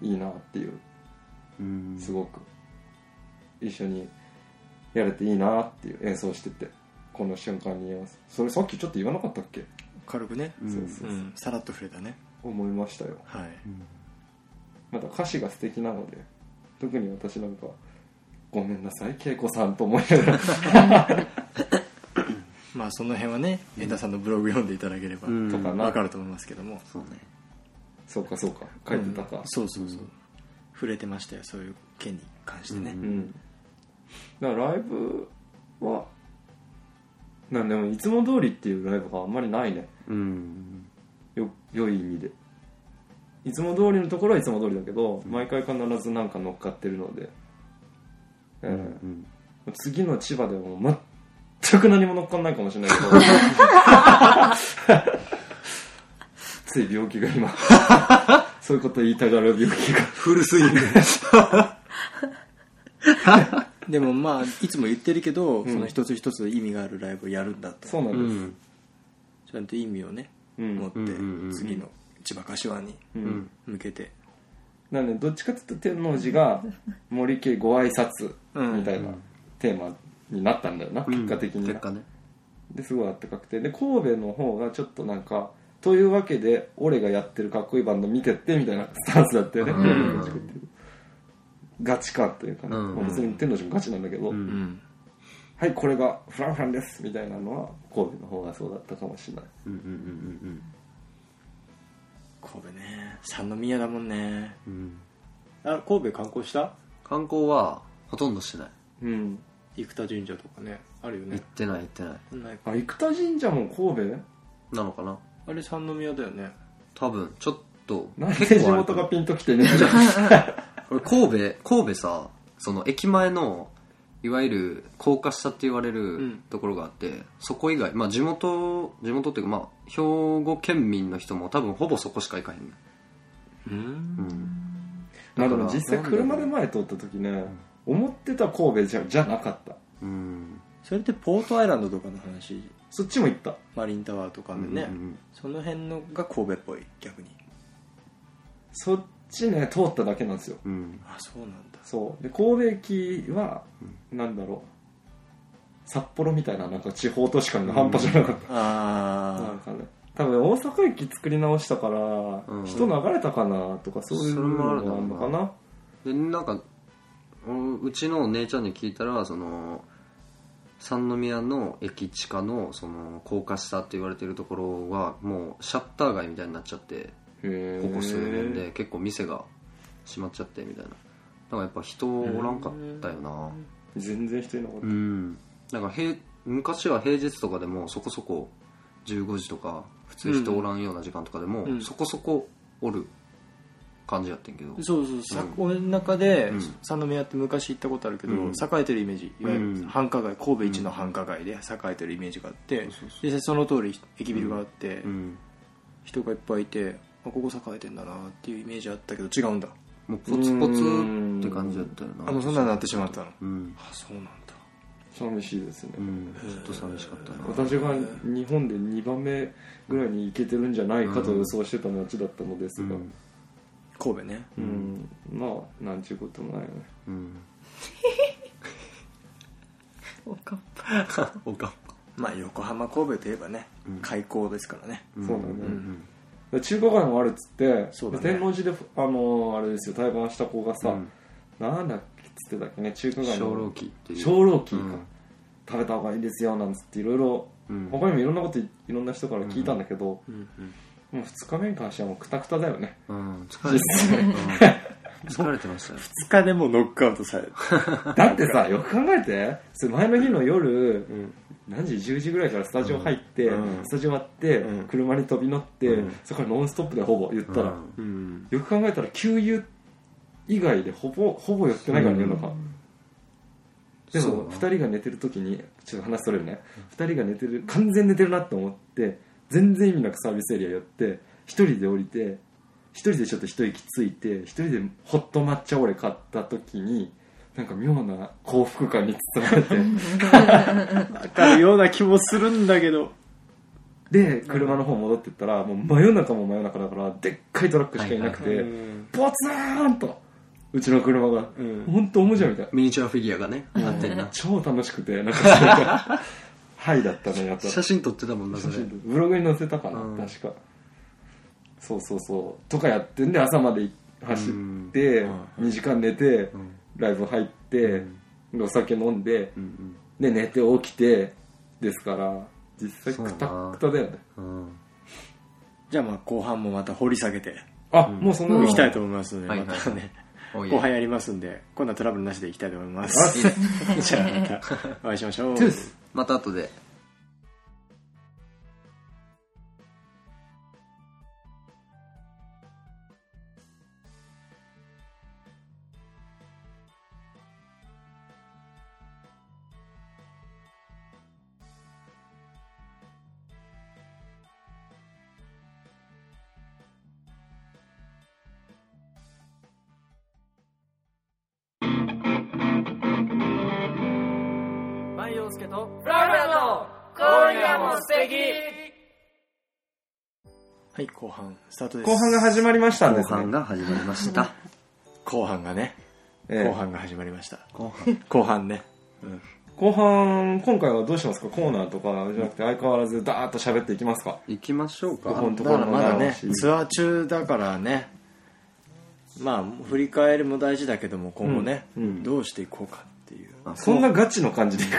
[SPEAKER 3] いいなっていう
[SPEAKER 2] うん
[SPEAKER 3] すごく一緒にやれていいなっていう演奏しててこの瞬間に言えますそれさっきちょっと言わなかったっけ、
[SPEAKER 1] 軽くね
[SPEAKER 2] うん
[SPEAKER 3] そうそうそう、
[SPEAKER 1] うんさらっと触れたね
[SPEAKER 3] 思いましたよ
[SPEAKER 1] はい
[SPEAKER 3] また歌詞が素敵なので特に私なんかごめんなさい恵子さんと思いながら
[SPEAKER 1] まあその辺はね遠田さんのブログ読んでいただければ
[SPEAKER 2] うん
[SPEAKER 3] とかな
[SPEAKER 1] わかると思いますけども
[SPEAKER 2] そうね
[SPEAKER 3] そうかそうか書いてたか、
[SPEAKER 1] うんそうそうそう触れてましたよそういう件に関してね
[SPEAKER 2] う
[SPEAKER 3] うんだからライブはなんでもいつも通りっていうライブがあんまりないね
[SPEAKER 2] うん。
[SPEAKER 3] よ良い意味でいつも通りのところはいつも通りだけど毎回必ずなんか乗っかってるので、え
[SPEAKER 2] う
[SPEAKER 3] ー
[SPEAKER 2] ん。
[SPEAKER 3] 次の千葉でもう全く何も乗っかんないかもしれないけどつい病気が今そういうこと言いたがる病気が
[SPEAKER 2] フルスイング。
[SPEAKER 1] でもまあいつも言ってるけど、その一つ一つ意味があるライブをやるんだと
[SPEAKER 3] そうなん
[SPEAKER 2] う
[SPEAKER 3] です、
[SPEAKER 2] ん。
[SPEAKER 1] ちゃんと意味をね、
[SPEAKER 3] うん
[SPEAKER 1] 持って
[SPEAKER 2] うんうんうん
[SPEAKER 1] 次の千葉柏に
[SPEAKER 3] うん
[SPEAKER 1] 向けて、
[SPEAKER 3] なんでどっちかっていうと天王寺が森家ご挨拶みたいなテーマになったんだよな、結果的にな
[SPEAKER 2] 結果ね。
[SPEAKER 3] ですごいあったかくてで神戸の方がちょっとなんかというわけで俺がやってるかっこいいバンド見てってみたいなスタンスだったよね、ガチ感というかね、
[SPEAKER 2] うん
[SPEAKER 3] まあ別に天皇寺もガチなんだけど、
[SPEAKER 2] うん
[SPEAKER 1] うん
[SPEAKER 3] はいこれがフランフランですみたいなのは神戸の方がそうだったかもしれない
[SPEAKER 2] うんうんうん
[SPEAKER 1] 神戸ね三宮だもんね
[SPEAKER 2] うんうん。
[SPEAKER 1] あ神戸観光した
[SPEAKER 2] 観光はほとんどしてない。
[SPEAKER 3] うん
[SPEAKER 1] 生田神社とかねあるよ
[SPEAKER 2] 行っ
[SPEAKER 1] ね
[SPEAKER 2] てない行ってない。
[SPEAKER 1] ないか
[SPEAKER 3] あ生田神社も神戸
[SPEAKER 2] なのかな
[SPEAKER 1] あれ三宮だよね
[SPEAKER 2] 多分、ちょっと。
[SPEAKER 3] なんで地元がピンときてねえじゃん
[SPEAKER 2] 俺神戸神戸さその駅前のいわゆる高架下って言われる
[SPEAKER 1] ん
[SPEAKER 2] ところがあって、そこ以外、まあ、地元地元っていうか、まあ、兵庫県民の人も多分ほぼそこしか行かへんねん
[SPEAKER 1] うん
[SPEAKER 2] うん
[SPEAKER 3] まあで
[SPEAKER 2] だ
[SPEAKER 3] も
[SPEAKER 2] から
[SPEAKER 3] 実際車で前通った時ね思ってた神戸じゃじゃなかった
[SPEAKER 2] うん
[SPEAKER 1] それってポートアイランドとかの話
[SPEAKER 3] そっちも行った
[SPEAKER 1] マリンタワーとかでね、その辺のが神戸っぽい逆に
[SPEAKER 3] そっちね通っただけなんですよ
[SPEAKER 2] うんうん
[SPEAKER 1] あそうなんだ
[SPEAKER 3] そうで神戸駅は、なんだろう札幌みたいななんか地方都市感が半端じゃなかっ
[SPEAKER 1] あ
[SPEAKER 3] た、
[SPEAKER 1] ー
[SPEAKER 3] なんかね多分大阪駅作り直したから、
[SPEAKER 2] うん
[SPEAKER 3] 人流れたかなとかそういうのがあるのかな
[SPEAKER 2] でなんかうんうちの姉ちゃんに聞いたらその三宮の駅地下のその高架下って言われてるところはもうシャッター街みたいになっちゃって
[SPEAKER 3] へ
[SPEAKER 2] こ
[SPEAKER 3] ー
[SPEAKER 2] こ数年で結構店が閉まっちゃってみたいなだからやっぱ人おらんかったよな
[SPEAKER 3] 全然人いなかった、
[SPEAKER 2] うんだから平昔は平日とかでもそこそこ15時とか普通人おらんような時間とかでも、
[SPEAKER 1] うん
[SPEAKER 2] そこそこおる感じやってんけど
[SPEAKER 1] そうそうさ、俺の中で、
[SPEAKER 2] うん
[SPEAKER 1] 三宮って昔行ったことあるけど、
[SPEAKER 2] うん
[SPEAKER 1] 栄えてるイメージいわゆ
[SPEAKER 2] うん
[SPEAKER 1] る繁華街神戸一の繁華街で栄えてるイメージがあって、実際その通り駅ビルがあって、
[SPEAKER 2] うん
[SPEAKER 1] 人がいっぱいいてあここ栄えてんだなっていうイメージあったけど違うんだ
[SPEAKER 2] もうポツポツって感じやったよな
[SPEAKER 1] あもうそんなになってしまったの
[SPEAKER 2] うん、
[SPEAKER 1] あそうなんだ
[SPEAKER 3] 寂しいですね、
[SPEAKER 2] うん、ちょっと寂しかったな
[SPEAKER 3] 私が日本で2番目ぐらいに行けてるんじゃないかと予想してた街だったのです
[SPEAKER 2] う
[SPEAKER 3] が、
[SPEAKER 2] ん
[SPEAKER 1] 神戸ね
[SPEAKER 3] うんまあなんちゅうこともないよね
[SPEAKER 2] うん
[SPEAKER 4] おかっぱ
[SPEAKER 2] おか
[SPEAKER 1] まあ横浜神戸といえばね、開港ですからね
[SPEAKER 3] そうだね、で中華街もあるっつって、
[SPEAKER 1] そうだね
[SPEAKER 3] で天王寺であのーあれですよ対バンした子がさ、なんだっけっつってたっけね中華街
[SPEAKER 2] 小
[SPEAKER 3] の
[SPEAKER 2] 老期っていう
[SPEAKER 3] 小籠キか、
[SPEAKER 2] うん
[SPEAKER 3] 食べた方がいいですよなんつっていろいろ
[SPEAKER 2] うん
[SPEAKER 3] 他にもいろんなこといいろんな人から聞いたんだけど、
[SPEAKER 1] うん
[SPEAKER 3] もう2日目に関してはもうクタクタだよね
[SPEAKER 2] うん疲れてうん疲れてましたよ
[SPEAKER 1] 2日でもノックアウトされる
[SPEAKER 3] だってさよく考えてそれ前の日の夜、何時10時ぐらいからスタジオ入って、
[SPEAKER 1] うん
[SPEAKER 3] スタジオ終わって、
[SPEAKER 1] うん
[SPEAKER 3] 車に飛び乗って、
[SPEAKER 2] うん
[SPEAKER 3] そこからノンストップでほぼ言った
[SPEAKER 2] う
[SPEAKER 3] ら、
[SPEAKER 2] ん
[SPEAKER 1] うん
[SPEAKER 3] よく考えたら給油以外でほぼほぼ寄ってないからね、
[SPEAKER 2] うん
[SPEAKER 3] なんかで
[SPEAKER 2] そうだ
[SPEAKER 3] も
[SPEAKER 2] な
[SPEAKER 3] 2人が寝てる時にちょっと話それるね2人が寝てる完全寝てるなって思って全然意味なくサービスエリア寄って1人で降りて1人でちょっと一息ついて1人でホット抹茶オレ買った時になんか妙な幸福感に包まれて
[SPEAKER 1] 分かるような気もするんだけど
[SPEAKER 3] で車の方戻ってったらもう真夜中も真夜中だからでっかいトラックしかいなく
[SPEAKER 1] う
[SPEAKER 3] て
[SPEAKER 1] ん
[SPEAKER 3] ボツーンとうちの車が
[SPEAKER 1] うん
[SPEAKER 3] 本当おもちゃみたい
[SPEAKER 2] ミニチュアフィギュアがねあってんな
[SPEAKER 3] 超楽しくて、なんかなんか、 ハイだったね、やったら。
[SPEAKER 2] 写真撮ってたもんなそ
[SPEAKER 3] 写
[SPEAKER 2] れ
[SPEAKER 3] 真ブログに載せたかな、
[SPEAKER 2] うん
[SPEAKER 3] 確か。そうそうそう。とかやってんで、朝まで走って、
[SPEAKER 1] うん
[SPEAKER 3] 2時間寝て、
[SPEAKER 2] うん
[SPEAKER 3] ライブ入って、でお酒飲んで
[SPEAKER 2] う、ん
[SPEAKER 3] で、寝て起きて、ですから、実際クタクタだよね。
[SPEAKER 2] うんうん
[SPEAKER 1] じゃあまあ後半もまた掘り下げて
[SPEAKER 3] あ、もうそんなの
[SPEAKER 1] いきたいと思いますので、
[SPEAKER 2] はい
[SPEAKER 1] またね、
[SPEAKER 2] おい
[SPEAKER 1] 後半やりますんで、こんなトラブルなしでいきたいと思いま
[SPEAKER 2] いい
[SPEAKER 1] す。
[SPEAKER 2] ね
[SPEAKER 1] じゃあまたお会いしましょう。
[SPEAKER 3] トゥース
[SPEAKER 2] また後で
[SPEAKER 5] のフラフラの今夜も素敵
[SPEAKER 1] はい、後半、スタートです。
[SPEAKER 3] 後半が始まりましたん
[SPEAKER 2] 後
[SPEAKER 3] です
[SPEAKER 2] 半
[SPEAKER 3] ね。
[SPEAKER 2] が始まりました。
[SPEAKER 1] 後半がね、
[SPEAKER 3] ええ
[SPEAKER 1] 後半が始まりました。
[SPEAKER 2] 後半。
[SPEAKER 1] 後半ね。
[SPEAKER 3] 後半、今回はどうしますかコーナーとかじゃなくて相変わらずダーッと喋っていきますか
[SPEAKER 2] 行きましょうか。
[SPEAKER 3] 後半
[SPEAKER 1] だ
[SPEAKER 3] と
[SPEAKER 1] か
[SPEAKER 3] ころ
[SPEAKER 1] ら
[SPEAKER 3] も
[SPEAKER 1] まだね
[SPEAKER 3] し、
[SPEAKER 1] ツアー中だからね、まあ、振り返るも大事だけども、今後ね、
[SPEAKER 3] うんうん
[SPEAKER 1] どうしていこうかっていう。
[SPEAKER 3] そんなガチの感じでいく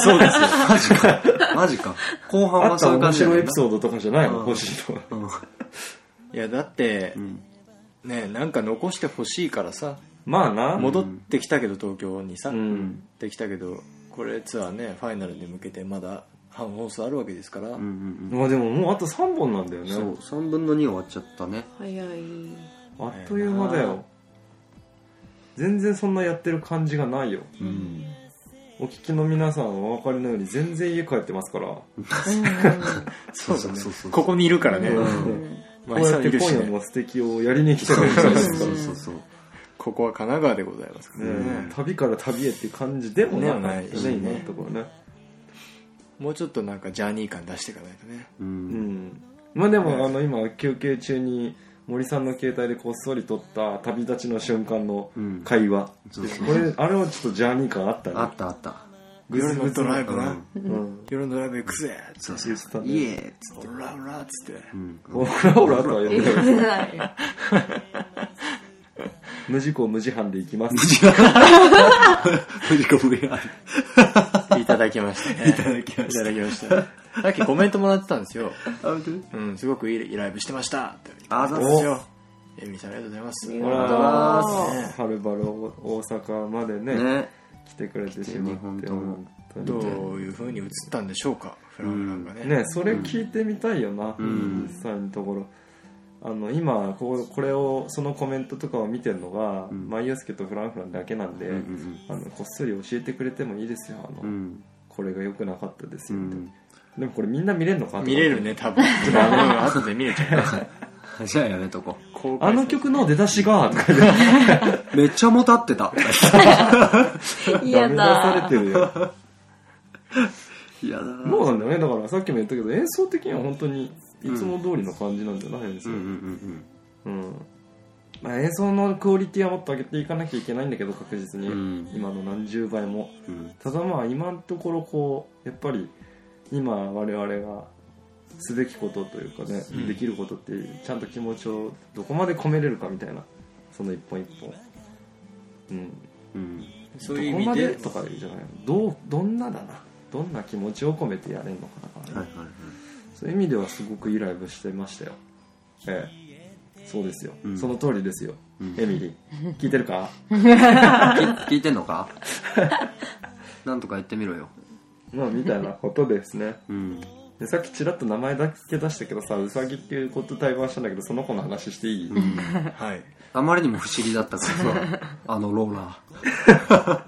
[SPEAKER 2] そうですよ。マジか。マジか。後半
[SPEAKER 3] あ
[SPEAKER 2] は
[SPEAKER 3] った
[SPEAKER 2] そういう
[SPEAKER 3] 面
[SPEAKER 2] 感じだよ
[SPEAKER 3] 白い
[SPEAKER 2] ね
[SPEAKER 3] エピソードとかじゃないの欲しいの。
[SPEAKER 1] いや、だって、
[SPEAKER 2] ん
[SPEAKER 1] ね、なんか残してほしいからさ、
[SPEAKER 3] まあな。
[SPEAKER 1] 戻ってきたけど、東京にさ、
[SPEAKER 3] うん。
[SPEAKER 1] できたけど、これツアーね、ファイナルに向けてまだ半放送あるわけですから、
[SPEAKER 2] うんうん
[SPEAKER 3] まあでももうあと3本なんだよ
[SPEAKER 2] うん。
[SPEAKER 3] ね。
[SPEAKER 2] そう、3分の2終わっちゃったね。
[SPEAKER 4] 早い
[SPEAKER 3] あっという間だよ。全然そんなやってる感じがないよ。
[SPEAKER 2] うん。
[SPEAKER 3] お聞きの皆さんお分かりのように全然家帰ってますから。こ
[SPEAKER 2] そうそうそうそう。
[SPEAKER 1] ここにいるからね、
[SPEAKER 4] うん
[SPEAKER 1] ま
[SPEAKER 3] う
[SPEAKER 1] あ
[SPEAKER 3] やって
[SPEAKER 1] いる
[SPEAKER 3] 今
[SPEAKER 1] し
[SPEAKER 3] 夜
[SPEAKER 1] ね
[SPEAKER 3] の素敵をやりに来てる
[SPEAKER 2] そ
[SPEAKER 3] わ
[SPEAKER 2] う
[SPEAKER 3] けじゃないで
[SPEAKER 2] そう
[SPEAKER 3] すか。
[SPEAKER 2] そうそうそう。
[SPEAKER 1] ここは神奈川でございますからね
[SPEAKER 3] ね旅から旅へっていう感じでもなかった
[SPEAKER 1] ではな
[SPEAKER 3] ね、
[SPEAKER 1] い
[SPEAKER 3] 今のところね。
[SPEAKER 1] もうちょっとなんかジャーニー感出していかないとね
[SPEAKER 2] う。
[SPEAKER 3] うんん。まあで
[SPEAKER 1] ね
[SPEAKER 3] も、あの、今、休憩中に森さんの携帯でこっそり撮った旅立ちの瞬間の
[SPEAKER 2] うん。
[SPEAKER 3] 会話。
[SPEAKER 2] そうそう
[SPEAKER 3] これ、あれはちょっとジャーニー感あったね。
[SPEAKER 2] あったあった。
[SPEAKER 1] 夜のドライブな、
[SPEAKER 3] うん。
[SPEAKER 1] 夜のドライブ行くぜっつ
[SPEAKER 2] そ
[SPEAKER 1] っ
[SPEAKER 2] う
[SPEAKER 1] て
[SPEAKER 2] そう。
[SPEAKER 3] した
[SPEAKER 2] イエ
[SPEAKER 3] ね。
[SPEAKER 2] ーイっつって。
[SPEAKER 1] オラオラっつって
[SPEAKER 2] うん。
[SPEAKER 3] オラオラとは言
[SPEAKER 4] 言
[SPEAKER 3] っ
[SPEAKER 4] って
[SPEAKER 3] ない。
[SPEAKER 4] てないよ
[SPEAKER 3] 無事故無事犯で行きます。
[SPEAKER 2] 振り込みがある。
[SPEAKER 1] いただきましたねいただきましたさっきコメントもらってたんですよ
[SPEAKER 2] あ、本当に
[SPEAKER 1] うんすごくいいライブしてましたって
[SPEAKER 2] あざっす
[SPEAKER 1] ですよえみさんありがとうございます
[SPEAKER 4] り
[SPEAKER 3] ほ
[SPEAKER 4] が
[SPEAKER 3] ら
[SPEAKER 4] とうあ
[SPEAKER 3] はるばる大阪までね
[SPEAKER 2] ね。
[SPEAKER 3] 来てくれてしまって
[SPEAKER 2] 来てね本
[SPEAKER 3] 本当
[SPEAKER 1] ど
[SPEAKER 3] に
[SPEAKER 1] ういう風に映ったんでしょうかフラフラがね
[SPEAKER 3] ねそれ聞いてみたいよな、
[SPEAKER 2] ん
[SPEAKER 3] 実際のところあの今こうこれをそのコメントとかを見てるのが、
[SPEAKER 2] ん
[SPEAKER 3] マイユースケとフランフランだけなんで、
[SPEAKER 2] うんうん
[SPEAKER 3] あのこっそり教えてくれてもいいですよあの、
[SPEAKER 2] うん。うん。
[SPEAKER 3] これが良くなかったです
[SPEAKER 2] う
[SPEAKER 3] よ、
[SPEAKER 2] ん。
[SPEAKER 3] でもこれみんな見れるのか
[SPEAKER 1] 見れるね多分あ後で見れちゃう
[SPEAKER 2] じゃあやめとこ
[SPEAKER 1] 公開
[SPEAKER 3] あ
[SPEAKER 1] され
[SPEAKER 3] の曲の出だしがとか言って
[SPEAKER 2] う。めっちゃもたってた。
[SPEAKER 4] 嫌
[SPEAKER 3] 出され
[SPEAKER 4] だ
[SPEAKER 3] てるよ
[SPEAKER 2] いやだ
[SPEAKER 3] そうなんだよねだからさっきも言ったけど演奏的には本当にいつも通りの感じなんじゃないです
[SPEAKER 2] うん
[SPEAKER 3] よ、
[SPEAKER 2] う
[SPEAKER 3] うんん
[SPEAKER 2] うん
[SPEAKER 3] まあ、演奏のクオリティはもっと上げていかなきゃいけないんだけど確実に、
[SPEAKER 2] うん
[SPEAKER 3] 今の何十倍も
[SPEAKER 2] うん。うん。
[SPEAKER 3] ただまあ今のところこうやっぱり今我々がすべきことというかね、
[SPEAKER 1] ん
[SPEAKER 3] できることっていうちゃんと気持ちをどこまで込めれるかみたいなその一本一本うん
[SPEAKER 2] うん。
[SPEAKER 1] そういう意
[SPEAKER 3] どこま
[SPEAKER 1] 味
[SPEAKER 3] で
[SPEAKER 1] で
[SPEAKER 3] とかじゃないどうどんなだなどんな気持ちを込めてやれんのかなからね、
[SPEAKER 2] はいはいはい。
[SPEAKER 3] そういう意味ではすごくいいライブしてましたよええそうですよ、
[SPEAKER 2] ん
[SPEAKER 3] その通りですよ、
[SPEAKER 2] うん
[SPEAKER 3] エミリー聞いてるか
[SPEAKER 2] 聞いてんのか なんとか言ってみろよ。
[SPEAKER 3] まあみたいなことですね
[SPEAKER 2] うん。
[SPEAKER 3] でさっきちらっと名前だけ出したけどさうさぎっていう子と対話したんだけどその子の話していい、
[SPEAKER 1] はい
[SPEAKER 2] あまりにも不思議だったからさ、 あのローラ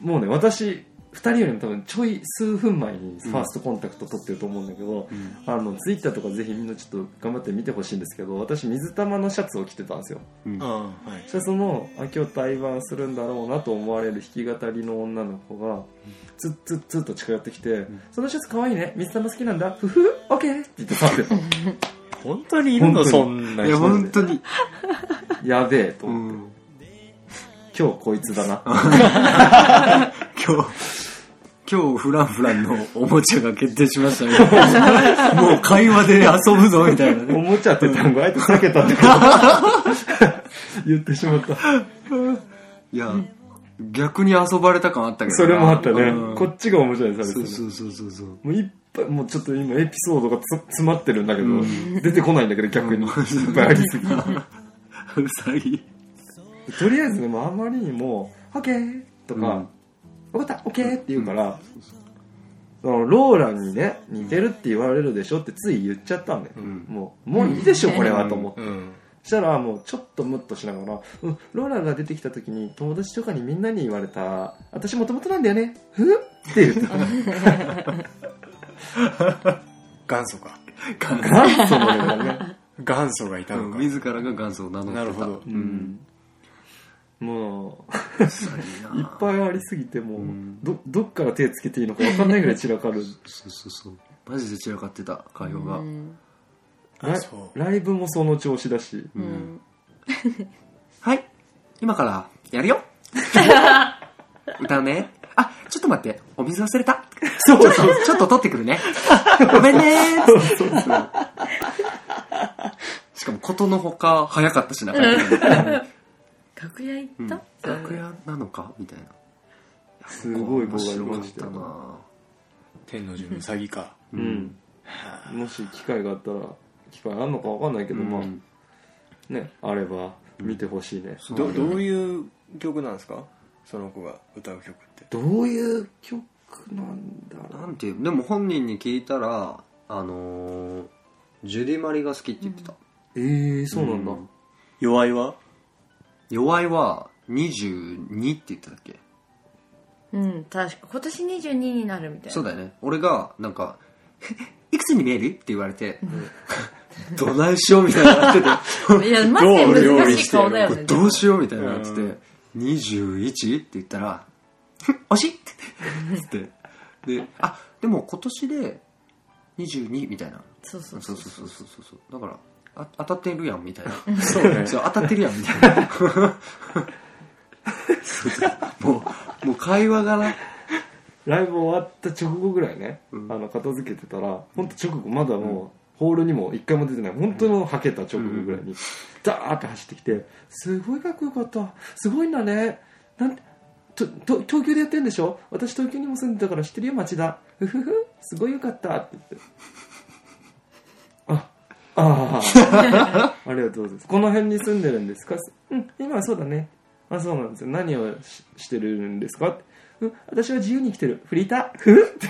[SPEAKER 3] もうね私2人よりも多分ちょい数分前にファーストコンタクト取ってると思うんだけど、あのツイッターとかぜひみんなちょっと頑張って見てほしいんですけど私水玉のシャツを着てたんですよ
[SPEAKER 2] うん
[SPEAKER 1] ああはい
[SPEAKER 3] そしたらそのあ今日対バンするんだろうなと思われる弾き語りの女の子がツッツッツッと近寄ってきて「そのシャツ可愛いね水玉好きなんだふふオッケー!」って言って去ってた
[SPEAKER 1] 本当 にいるの
[SPEAKER 3] 本当に
[SPEAKER 1] そんな
[SPEAKER 2] ー。いや、
[SPEAKER 1] 人
[SPEAKER 2] 本当に。
[SPEAKER 3] やべえと
[SPEAKER 2] う
[SPEAKER 3] 思って、
[SPEAKER 2] ん。
[SPEAKER 3] 今日こいつだな
[SPEAKER 2] 今日、今日フランフランのおもちゃが決定しました ね。もう会話で遊ぶぞ、みたいな
[SPEAKER 3] お
[SPEAKER 2] ね。
[SPEAKER 3] もちゃって単語あえて避けたんだけ ど言ってしまった
[SPEAKER 2] いや、逆に遊ばれた感あったけどな。
[SPEAKER 3] それもあったね
[SPEAKER 2] うん
[SPEAKER 3] こっちがおもちゃにされてた
[SPEAKER 2] そ
[SPEAKER 3] ね
[SPEAKER 2] うそうそうそうそう。
[SPEAKER 3] もういっぱいもうちょっと今エピソードがつ詰まってるんだけど、出てこないんだけど逆に、いっぱいありすぎて
[SPEAKER 2] うさぎ。
[SPEAKER 3] とりあえずねもうあまりにも「オッケー!」とか「分かったオッケー!」って言うから、そのローランにね似てるって言われるでしょってつい言っちゃったんだよ、
[SPEAKER 2] ん
[SPEAKER 3] もうもういいでしょこれはと思って
[SPEAKER 1] うん
[SPEAKER 3] したらもうちょっとムッとしながら、うん、ローラが出てきた時に友達とかにみんなに言われた私もともとなんだよねふって言うた
[SPEAKER 1] 元祖か
[SPEAKER 3] なんその俺がね
[SPEAKER 1] 元祖がいたのか、
[SPEAKER 2] 自らが元祖を名乗ってた。
[SPEAKER 1] なるほど
[SPEAKER 3] うんも
[SPEAKER 2] いな
[SPEAKER 3] ういっぱいありすぎてもう、
[SPEAKER 2] ん
[SPEAKER 3] どどっから手つけていいのか分かんないぐらい散らかる
[SPEAKER 2] そうそうそうマジで散らかってた会話が
[SPEAKER 4] うん
[SPEAKER 3] ライ
[SPEAKER 1] そう
[SPEAKER 3] ライブもその調子だし
[SPEAKER 4] うん
[SPEAKER 2] はい今からや るよ歌うねあちょっと待ってお水忘れた そうそうちょっと取ってく るねごめんねーしかもことのほか早かったしな帰ってくるの
[SPEAKER 4] 楽屋行
[SPEAKER 2] うん
[SPEAKER 4] った、
[SPEAKER 2] 楽屋なのかみたいな
[SPEAKER 3] すごい
[SPEAKER 2] 面白
[SPEAKER 3] 語
[SPEAKER 2] か
[SPEAKER 3] が
[SPEAKER 2] っ
[SPEAKER 3] 出して
[SPEAKER 2] たな
[SPEAKER 1] 天の順の詐欺か
[SPEAKER 2] う
[SPEAKER 3] うん、もし機会があったら機会あんのか分かんないけど、ま
[SPEAKER 2] うん
[SPEAKER 3] あねあれば見てほしいね、
[SPEAKER 2] そう
[SPEAKER 1] どどういう曲なんですかその子が歌う曲って
[SPEAKER 3] どういう曲なんだろ
[SPEAKER 2] なんていうでも本人に聞いたらあのージュディ・マリが好きって言ってた、
[SPEAKER 3] うええー、そうなんだ、
[SPEAKER 2] うん
[SPEAKER 1] 弱いは
[SPEAKER 2] 弱いは22って言ってたっけ
[SPEAKER 4] うん、確か今年22になるみたいな
[SPEAKER 2] そうだよね俺がなんか 「いくつに見える?」って言われて「どないしよう」みたいになってて
[SPEAKER 4] いやマジで難しい顔だよ
[SPEAKER 2] こ
[SPEAKER 4] ね
[SPEAKER 2] れどうしようみたいになって
[SPEAKER 1] う
[SPEAKER 2] て「21?」って言ったら 「惜しい!」って言ってであでも今年で22みたいな
[SPEAKER 4] そうそ
[SPEAKER 2] そうう
[SPEAKER 4] そ
[SPEAKER 2] そううそうそうそうそうだからあ当たってるやんみたいな
[SPEAKER 1] そうね
[SPEAKER 2] そう当たってるやんみたいな そうそうもうもう会話がな
[SPEAKER 3] ライブ終わった直後ぐらいね、
[SPEAKER 2] うん
[SPEAKER 3] あの片付けてたら本当直後まだもうホールにも一回も出てない本当のはけた直後ぐらいにダーって走ってきて「すごいかっこよかったすごいんだね」なんてとと東京でやってんでしょ私東京にも住んでたから知ってるよ町田ふふふすごいよかったって言ってあああありがとうございますこの辺に住んでるんですかうん今はそうだねあそうなんですよ何をししてるんですかうん私は自由に生きてるフリーターふって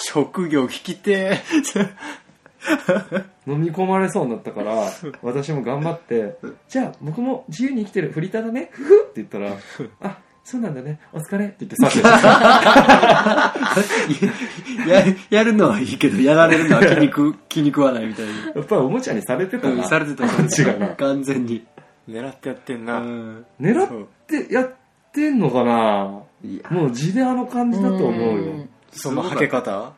[SPEAKER 1] 職業聞きて
[SPEAKER 3] 飲み込まれそうになったから私も頑張ってじゃあ僕も自由に生きてるフリーターだねふふって言ったらあそうなんだねお疲れって言って去ってった
[SPEAKER 2] ややるのはいいけどやられるのは気に食 気に食わないみたいな
[SPEAKER 3] やっぱりおもちゃにされてた
[SPEAKER 2] うん
[SPEAKER 3] な
[SPEAKER 2] されてた感じ
[SPEAKER 3] 違うな
[SPEAKER 2] 完全に
[SPEAKER 1] え 狙ってやってん
[SPEAKER 2] う
[SPEAKER 1] な、
[SPEAKER 2] ん
[SPEAKER 3] 狙ってやってんのかない
[SPEAKER 2] や
[SPEAKER 3] もう地であの感じだと思うよ
[SPEAKER 1] そのはけ方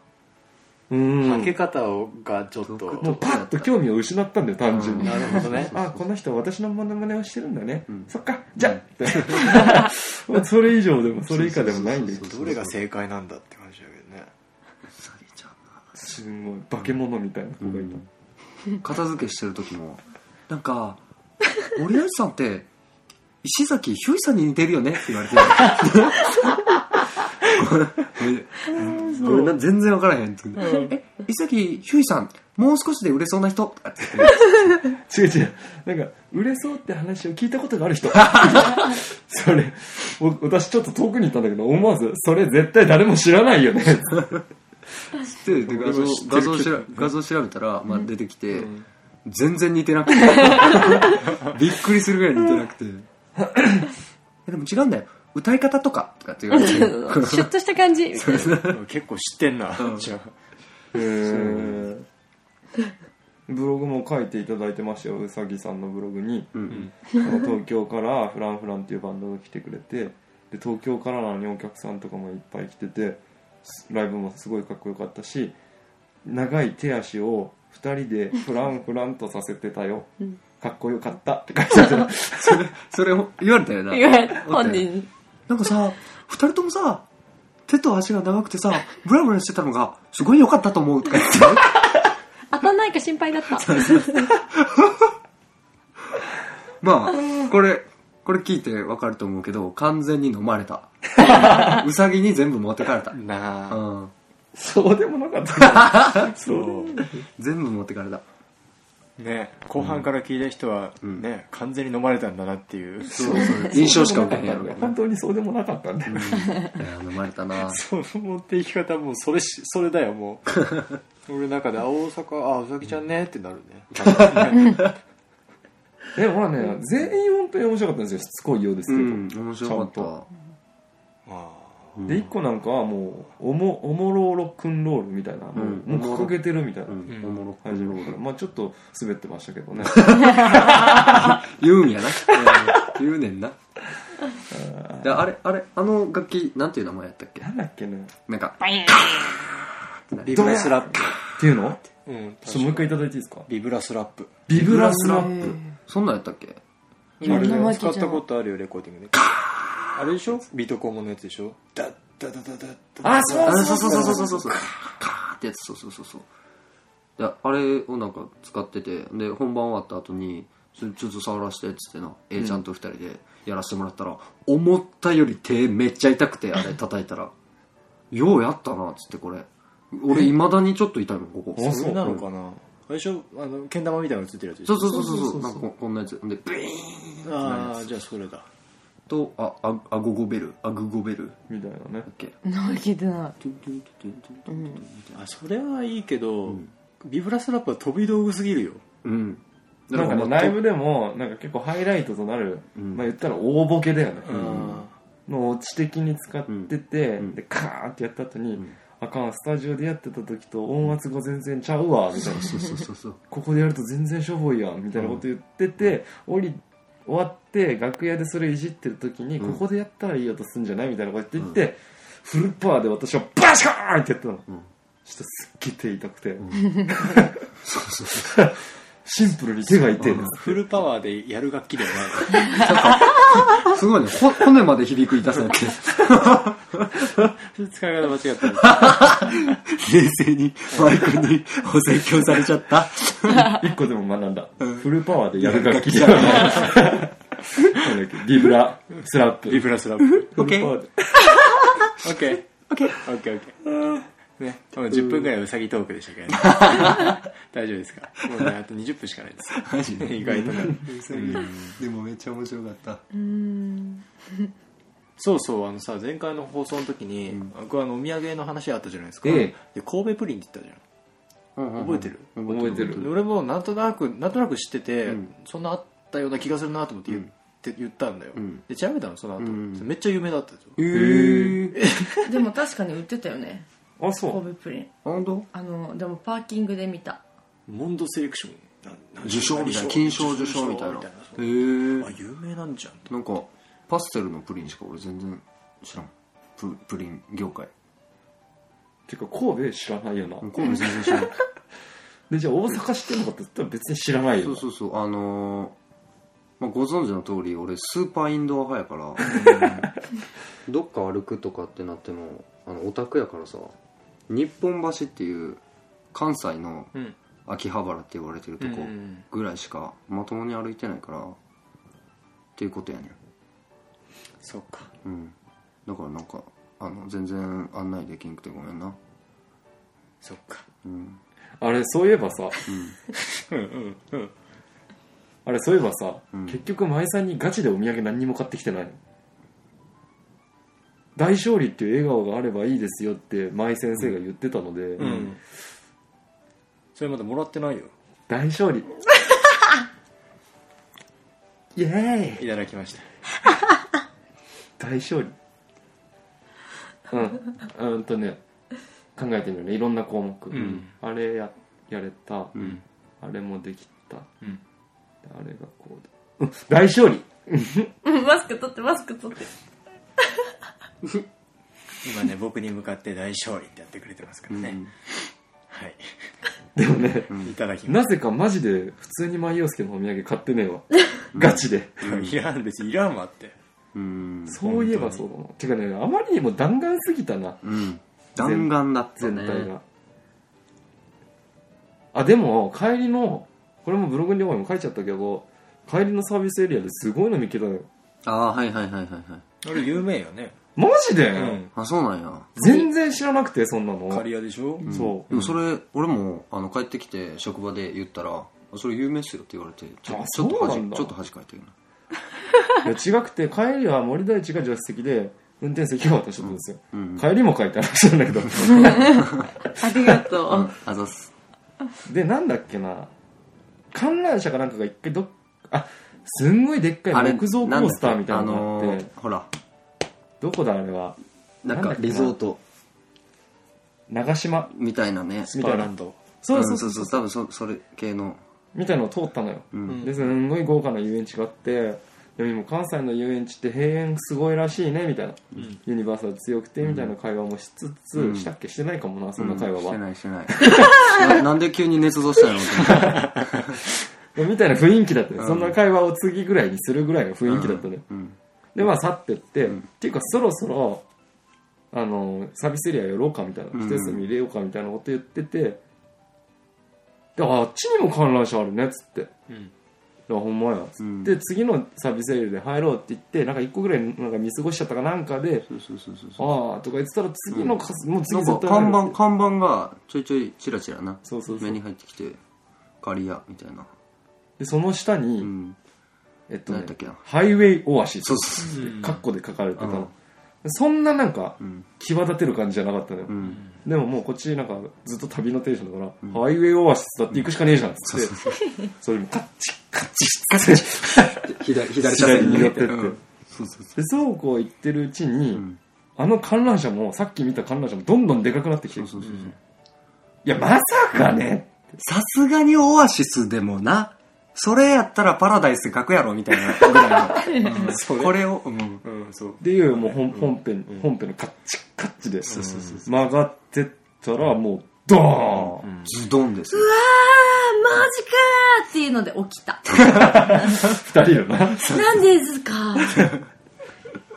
[SPEAKER 3] うん
[SPEAKER 1] はけ方をがちょっと
[SPEAKER 2] 独
[SPEAKER 3] もうパッと興味を失ったんだよ単純に
[SPEAKER 1] なるほどね
[SPEAKER 3] あこの人は私のモノマネをしてるんだね、
[SPEAKER 2] ん
[SPEAKER 3] そっかじゃあ、って それ以上でもそれ以下でもないんだけど
[SPEAKER 1] どれが正解なんだって話だけどね
[SPEAKER 2] さりちゃん
[SPEAKER 3] すごい化け物みたいな子がいた、
[SPEAKER 2] な片付けしてる時もなんか「森内さんって石崎ひゅういさんに似てるよね」って言われて ごめんごめんな全然分からへんって言ってえ石崎ひゅういさんもう少しで売れそうな人」とかって言って
[SPEAKER 3] 違う違うなんか売れそうって話を聞いたことがある人 それ僕私ちょっと遠くにいたんだけど思わずそれ絶対誰も知らないよね
[SPEAKER 2] でで画像
[SPEAKER 3] 知ってる
[SPEAKER 2] 画像しら画像調べたら、まあ、出てきて、全然似て なくてびっくりするぐらい似てなくて えでも違うんだよ歌い方とかとかって言われて
[SPEAKER 4] シュッとした感じ
[SPEAKER 1] 結構知ってんな、
[SPEAKER 2] うん
[SPEAKER 1] じゃ
[SPEAKER 3] へーブログも書いていただいてましたようさぎさんのブログに、
[SPEAKER 2] うん
[SPEAKER 3] その東京からフランフランっていうバンドが来てくれてで東京からなのにお客さんとかもいっぱい来ててライブもすごいかっこよかったし長い手足を2人でフランフランとさせてたよ、かっこよかったって書いてあった
[SPEAKER 2] それそれを言われたよな
[SPEAKER 4] 本人に
[SPEAKER 2] なんかさ2人ともさ手と足が長くてさブラブラしてたのがすごい良かったと思うとか言って
[SPEAKER 4] 当たんないか心配だった
[SPEAKER 2] まあこれこれ聞いてわかると思うけど完全に飲まれ たうさぎに全部持ってかれた
[SPEAKER 1] あなあ
[SPEAKER 2] うん
[SPEAKER 3] そうでもなかったそう
[SPEAKER 2] 全部持ってかれた
[SPEAKER 1] ね後半から聞いた人は、ね完全に飲まれたんだなっていうそう
[SPEAKER 2] 印象しか受けへんやろけど
[SPEAKER 3] 本当にそうでもなかったんだよ、
[SPEAKER 2] いや飲まれたな
[SPEAKER 1] その持っていき方もうそれしそれだよもう俺の中で「あ大阪あうさぎちゃんね」ってなるね
[SPEAKER 3] えまあね全員本当に面白かったんですよしつこいようですけど、
[SPEAKER 2] 面白かっ
[SPEAKER 3] ちゃんと
[SPEAKER 2] た
[SPEAKER 1] あ
[SPEAKER 3] で1個なんかはもうおもおもろロックンロールみたいな、も
[SPEAKER 2] うん
[SPEAKER 3] うもう掲げてるみたいな、
[SPEAKER 2] うんおもろ
[SPEAKER 3] 始 まるからまあちょっと滑ってましたけどね
[SPEAKER 2] 言うんやな言うねんなであれあれあの楽器なんていう名前やったっけ
[SPEAKER 3] なんだっけね
[SPEAKER 2] なんか
[SPEAKER 1] ビブラスラップ。
[SPEAKER 3] っていうの
[SPEAKER 1] うん。確
[SPEAKER 3] ち
[SPEAKER 1] か
[SPEAKER 3] ょっともう一回いただいていいですか
[SPEAKER 1] ビブラスラップ。
[SPEAKER 3] ビブラスラ
[SPEAKER 2] う
[SPEAKER 3] ップ
[SPEAKER 2] んそんなんやったっけ
[SPEAKER 4] いろんなマイケ
[SPEAKER 1] 使
[SPEAKER 4] ル
[SPEAKER 1] っ
[SPEAKER 4] ちゃ
[SPEAKER 1] た
[SPEAKER 4] ん
[SPEAKER 1] ことあるよ、レコーディングで。あれでしょビートコンボのやつでしょダッダダダダッダ
[SPEAKER 3] あそう
[SPEAKER 2] あそうそうそうそうそうそうカーってやつそうそうそうそういやあれをなんか使っててで本番終わった後にちょちょっと触らせてっつってな A ちゃんと二人でやらせてもらったら、思ったより手めっちゃ痛くてあ れ叩いたらようやったなっつってこれ俺いまだにちょっと痛いもんここ
[SPEAKER 1] それなのかなあれでしょあの、けん玉みたいなの映ってるやつでし
[SPEAKER 2] そ
[SPEAKER 1] ょ
[SPEAKER 2] うそうそうそうそうなんかここんなやつでブイーン
[SPEAKER 1] ああ、じゃあそれだ。
[SPEAKER 2] とあああごごベルあぐごベルだっ
[SPEAKER 3] みたいなね
[SPEAKER 2] け
[SPEAKER 4] なんか聞いてな
[SPEAKER 2] トゥントゥントゥントゥントゥン
[SPEAKER 1] あ、それはいいけど、ビブラスラップは飛び道具すぎるよ。
[SPEAKER 2] うん
[SPEAKER 3] なんかね
[SPEAKER 2] まあ
[SPEAKER 3] ライブでもなんか結構ハイライトとなる、
[SPEAKER 2] うん
[SPEAKER 3] まあ言ったら大ボケだよね、
[SPEAKER 1] うん
[SPEAKER 3] の知的に使ってて、
[SPEAKER 2] うん
[SPEAKER 3] でカーンってやった後に、あかんスタジオでやってた時と音圧が全然ちゃうわみたいな
[SPEAKER 2] そうそうそうそう
[SPEAKER 3] ここでやると全然しょぼいやんみたいなこと言ってて、降り終わって楽屋でそれいじってる時に、
[SPEAKER 2] うん
[SPEAKER 3] ここでやったらいい音すんじゃないみたいなこと言ってて、フルパワーで私はバシャーンってやったの、
[SPEAKER 2] ん
[SPEAKER 3] そしたらすっげえ手痛くて、
[SPEAKER 2] そうそうそう
[SPEAKER 3] シンプルに手が痛いです
[SPEAKER 1] フルパワーでやる楽器ではない。
[SPEAKER 2] すごいね。ほ骨まで響く痛さやって。
[SPEAKER 1] 使い方間違った。
[SPEAKER 2] 冷静にマイクにお説教されちゃった。
[SPEAKER 3] 一個でも学んだ、フルパワーでやる楽器じゃないなんだっけビブラスラップ
[SPEAKER 1] ビブラスラップ。
[SPEAKER 2] オッケ
[SPEAKER 3] フ
[SPEAKER 2] ー。
[SPEAKER 3] ルパワーで
[SPEAKER 1] オッケー。オッケー。オッケーオッケー。ね、もう10分ぐらいうさぎトークでしたけどね。大丈夫ですかもうね、あと20分しかないです。
[SPEAKER 2] マジで。
[SPEAKER 1] 意外とね。
[SPEAKER 2] でもめっちゃ面白かった。
[SPEAKER 1] そうそう、あのさ、前回の放送の時に、僕あの、お土産の話あったじゃないですか。
[SPEAKER 3] え
[SPEAKER 1] で、神戸プリンって言ったじゃん。覚えてる
[SPEAKER 3] 覚えてる
[SPEAKER 1] で俺もなんとなくなんとなく知ってて、そんなあったような気がするなと思って言って言ったんだよ、
[SPEAKER 2] ん
[SPEAKER 1] で調べたのその後、めっちゃ有名だったんですよ
[SPEAKER 2] えー。え
[SPEAKER 4] でも確かに売ってたよね
[SPEAKER 3] あそう
[SPEAKER 4] 神戸プリン
[SPEAKER 2] 本当
[SPEAKER 4] あのでもパーキングで見た
[SPEAKER 1] モンドセレクションななん
[SPEAKER 2] 受賞みたいな。金賞受賞みたいな。え
[SPEAKER 1] あ
[SPEAKER 2] ー。
[SPEAKER 1] 有名なんじゃんと
[SPEAKER 2] なんか、パステルのプリンしか俺全然知らん。ププリン業界。
[SPEAKER 3] てか神戸知らないよな、
[SPEAKER 2] 向こうも全然知らん。
[SPEAKER 3] でじゃあ大阪知ってるのかって言ったら別に知らないよ
[SPEAKER 2] そう
[SPEAKER 3] な
[SPEAKER 2] そうそう、あのーまあ、ご存知の通り、俺、スーパーインドア派やから、 どっか歩くとかってなっても、あの、オタクやからさ、日本橋っていう、関西の
[SPEAKER 1] ん
[SPEAKER 2] 秋葉原って言われてるとこ
[SPEAKER 1] うん
[SPEAKER 2] ぐらいしか、まともに歩いてないから、っていうことやねん。
[SPEAKER 1] そうか
[SPEAKER 2] うん。だからなんか、あの、全然案内できんくてごめんな。
[SPEAKER 1] そっか
[SPEAKER 2] うん。
[SPEAKER 3] あれそういえばさ
[SPEAKER 1] うんうんうん
[SPEAKER 3] あれそういえばさ、
[SPEAKER 2] うん
[SPEAKER 3] 結局前さんにガチでお土産何にも買ってきてないの大勝利っていう笑顔があればいいですよって前先生が言ってたので、
[SPEAKER 1] うんそれまだもらってないよ
[SPEAKER 3] 大 勝利イエーイ
[SPEAKER 1] いただきました
[SPEAKER 3] 大勝利うんうんとね考えてみるねいろんな項目、
[SPEAKER 1] ん
[SPEAKER 3] あれややれた、
[SPEAKER 1] ん
[SPEAKER 3] あれもできた、
[SPEAKER 1] ん
[SPEAKER 3] あれがこうで、うん、大勝利
[SPEAKER 4] うん マスク取ってマスク取って
[SPEAKER 1] 今ね僕に向かって大勝利ってやってくれてますからね、はい
[SPEAKER 3] でもね、
[SPEAKER 1] いただきま
[SPEAKER 3] なぜかマジで普通にマイヨウスケのお土産買ってねえわガチで
[SPEAKER 1] す、いらん別にいらんわって
[SPEAKER 2] うん。
[SPEAKER 3] そういえばそうだなてかねあまりにも弾丸すぎたな
[SPEAKER 2] うん。弾丸だって
[SPEAKER 3] 全体
[SPEAKER 2] ね。
[SPEAKER 3] が、あでも帰りのこれもブログにも書いちゃったけど帰りのサービスエリアですごいの見つけたのよ
[SPEAKER 2] ああ、はいはいはいはいはい。
[SPEAKER 1] あれ有名よね
[SPEAKER 3] マジで、
[SPEAKER 1] うん
[SPEAKER 2] あ、そうなんや。
[SPEAKER 3] 全然知らなくてそんなの
[SPEAKER 1] 刈谷でしょ、う
[SPEAKER 3] そ
[SPEAKER 2] でもそれ、俺もあの帰ってきて職場で言ったら「それ有名っすよ」って言われてちょ
[SPEAKER 3] あ
[SPEAKER 2] ちょっと
[SPEAKER 3] そうな
[SPEAKER 2] 恥
[SPEAKER 3] んだ
[SPEAKER 2] ちょっと恥かいてるない
[SPEAKER 3] や違くて帰りは森大地が助手席で運転席が私だったんですよ、
[SPEAKER 2] うん
[SPEAKER 3] 帰りも書いて話なんだけど
[SPEAKER 4] ありがとう、
[SPEAKER 2] ああざっす
[SPEAKER 3] でなんだっけな観覧車かなんかが一回どっあすんごいでっか
[SPEAKER 2] あ
[SPEAKER 3] い
[SPEAKER 2] れ
[SPEAKER 3] 木造コースターみたいなの
[SPEAKER 2] の
[SPEAKER 3] があって、
[SPEAKER 2] ほら
[SPEAKER 3] どこだあれは
[SPEAKER 2] なん
[SPEAKER 3] なんだっ
[SPEAKER 2] か
[SPEAKER 3] けな
[SPEAKER 2] リゾート
[SPEAKER 3] 長島
[SPEAKER 2] みたいなね
[SPEAKER 1] スパーランド
[SPEAKER 3] そう
[SPEAKER 2] う
[SPEAKER 3] そうんそ
[SPEAKER 2] そううそう多分そそれ系の
[SPEAKER 3] みたいなのを通ったのよ、
[SPEAKER 2] うん
[SPEAKER 3] ですんごい豪華な遊園地があってででも今関西の遊園地って閉園すごいらしいねみたいな、ユニバーサル強くてみたいな会話もしつつ、
[SPEAKER 2] うん
[SPEAKER 3] したっけしてないかもなそんな会話
[SPEAKER 2] して
[SPEAKER 3] は、
[SPEAKER 2] ないしてない ななんで急に捏造したの
[SPEAKER 3] みたいな雰囲気だったね、そんな会話を次ぐらいにするぐらいの雰囲気だったね、
[SPEAKER 2] うん
[SPEAKER 3] でまあ去ってって、っていうかそろそろあのサービスエリアやろうかみたいな
[SPEAKER 2] うん
[SPEAKER 3] 一休み入れようかみたいなこと言ってて、でああっちにも観覧車あるねっつって、
[SPEAKER 1] うん
[SPEAKER 3] あほんまやっつって、次のサービスエリアで入ろうって言ってなんか1個ぐらいなんか見過ごしちゃったかなんかで
[SPEAKER 2] そうそうそうそうそう
[SPEAKER 3] ああとか言ってたら次のか、もう
[SPEAKER 2] な
[SPEAKER 3] 次
[SPEAKER 2] んか
[SPEAKER 3] 絶対入る
[SPEAKER 2] 看板看板がちょいちょいチラチラな
[SPEAKER 3] そうそうそう
[SPEAKER 2] 目に入ってきて借り屋みたいな
[SPEAKER 3] でその下に、
[SPEAKER 2] うん
[SPEAKER 3] えっと
[SPEAKER 2] 何
[SPEAKER 3] ね
[SPEAKER 2] やったっけな
[SPEAKER 3] ハイウェイオアシス
[SPEAKER 2] そうそうそう
[SPEAKER 3] カッコで書かれてた
[SPEAKER 2] うん
[SPEAKER 3] の、そんななんか
[SPEAKER 2] うん
[SPEAKER 3] 際立てる感じじゃなかったのよ、
[SPEAKER 2] うん
[SPEAKER 3] でももうこっちなんかずっと旅のテンションだから、ハイウェイオアシスだって行くしかねえじゃんっつって、それもカッチッカッチッカッチッ
[SPEAKER 2] 左左車線
[SPEAKER 3] 左に寄ってって
[SPEAKER 2] うんそうそうそ
[SPEAKER 3] でそうこう行ってるうちに、
[SPEAKER 2] ん
[SPEAKER 3] あの観覧車もさっき見た観覧車もどんどんでかくなってきて
[SPEAKER 2] うそうそうそう
[SPEAKER 3] いやまさかね
[SPEAKER 2] さすがにオアシスでもなそれやったらパラダイス書くやろみたいなぐらいの、 うんこれを、うん、
[SPEAKER 1] うんそう
[SPEAKER 3] っていうもう本本編、本編のカッチッカッチで曲がってったらもうドーン、
[SPEAKER 2] ズドンですよ
[SPEAKER 4] あー、マジかーっていうので起 きた。
[SPEAKER 3] 二人よな
[SPEAKER 4] なんですか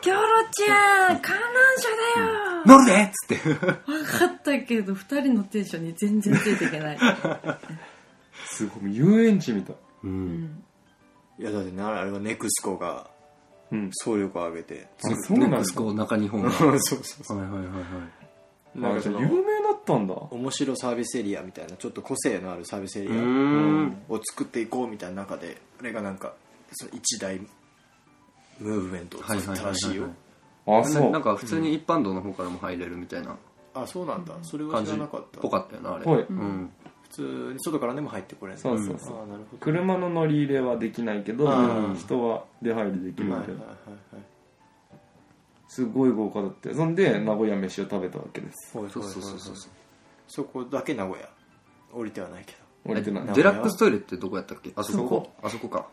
[SPEAKER 4] キョロちゃん、観覧車だよ
[SPEAKER 2] 乗るでっつって
[SPEAKER 4] 分かったけど2人のテンションに全然ついていけない
[SPEAKER 3] すごい遊園地みたい、
[SPEAKER 1] いやだってなあれはネクスコが
[SPEAKER 3] うん、
[SPEAKER 1] 総力を挙げて
[SPEAKER 3] あそうな
[SPEAKER 2] ネ
[SPEAKER 3] んだ
[SPEAKER 2] クスコ中日本が
[SPEAKER 1] そうそうそ
[SPEAKER 2] はいはいはいはいう
[SPEAKER 3] な
[SPEAKER 1] なんんか
[SPEAKER 3] かじ
[SPEAKER 1] そ
[SPEAKER 3] ゃあ
[SPEAKER 1] の
[SPEAKER 3] 有名だったんだ
[SPEAKER 1] 面白サービスエリアみたいなちょっと個性のあるサービスエリ
[SPEAKER 2] うー
[SPEAKER 1] ア
[SPEAKER 2] ん
[SPEAKER 1] を作っていこうみたいな中であれがなんかその一大ムーブメントを
[SPEAKER 2] はい
[SPEAKER 1] 作
[SPEAKER 2] は
[SPEAKER 1] っ
[SPEAKER 2] い
[SPEAKER 1] た
[SPEAKER 2] はい
[SPEAKER 1] らしい
[SPEAKER 2] は
[SPEAKER 1] よ
[SPEAKER 2] い
[SPEAKER 3] あ
[SPEAKER 2] な
[SPEAKER 3] そう
[SPEAKER 2] なんか普通に一般道の方からも入れるみたいな
[SPEAKER 1] あそうなんだそれは
[SPEAKER 2] 感
[SPEAKER 1] 知
[SPEAKER 2] じ
[SPEAKER 1] ら
[SPEAKER 2] っ
[SPEAKER 1] なかった
[SPEAKER 2] ぽかったよなあれ
[SPEAKER 3] ぽい
[SPEAKER 2] うん
[SPEAKER 1] 普通に外からでも入ってこれる
[SPEAKER 3] そうそうそう
[SPEAKER 1] ああなるほど
[SPEAKER 3] 車の乗り入れはできないけど、
[SPEAKER 1] うん
[SPEAKER 3] 人は出入りできる
[SPEAKER 1] はいは
[SPEAKER 3] みた
[SPEAKER 1] い
[SPEAKER 3] い
[SPEAKER 1] は
[SPEAKER 3] な、すごい豪華だってそんで名古屋飯を食べたわけです
[SPEAKER 1] いはい
[SPEAKER 2] そうそうそう
[SPEAKER 1] そ
[SPEAKER 2] そうう
[SPEAKER 1] そこだけ名古屋降りてはないけど
[SPEAKER 3] 俺ってない
[SPEAKER 1] な
[SPEAKER 2] デラックストイレってどこやったっけあそ
[SPEAKER 3] そこ
[SPEAKER 2] こあそこか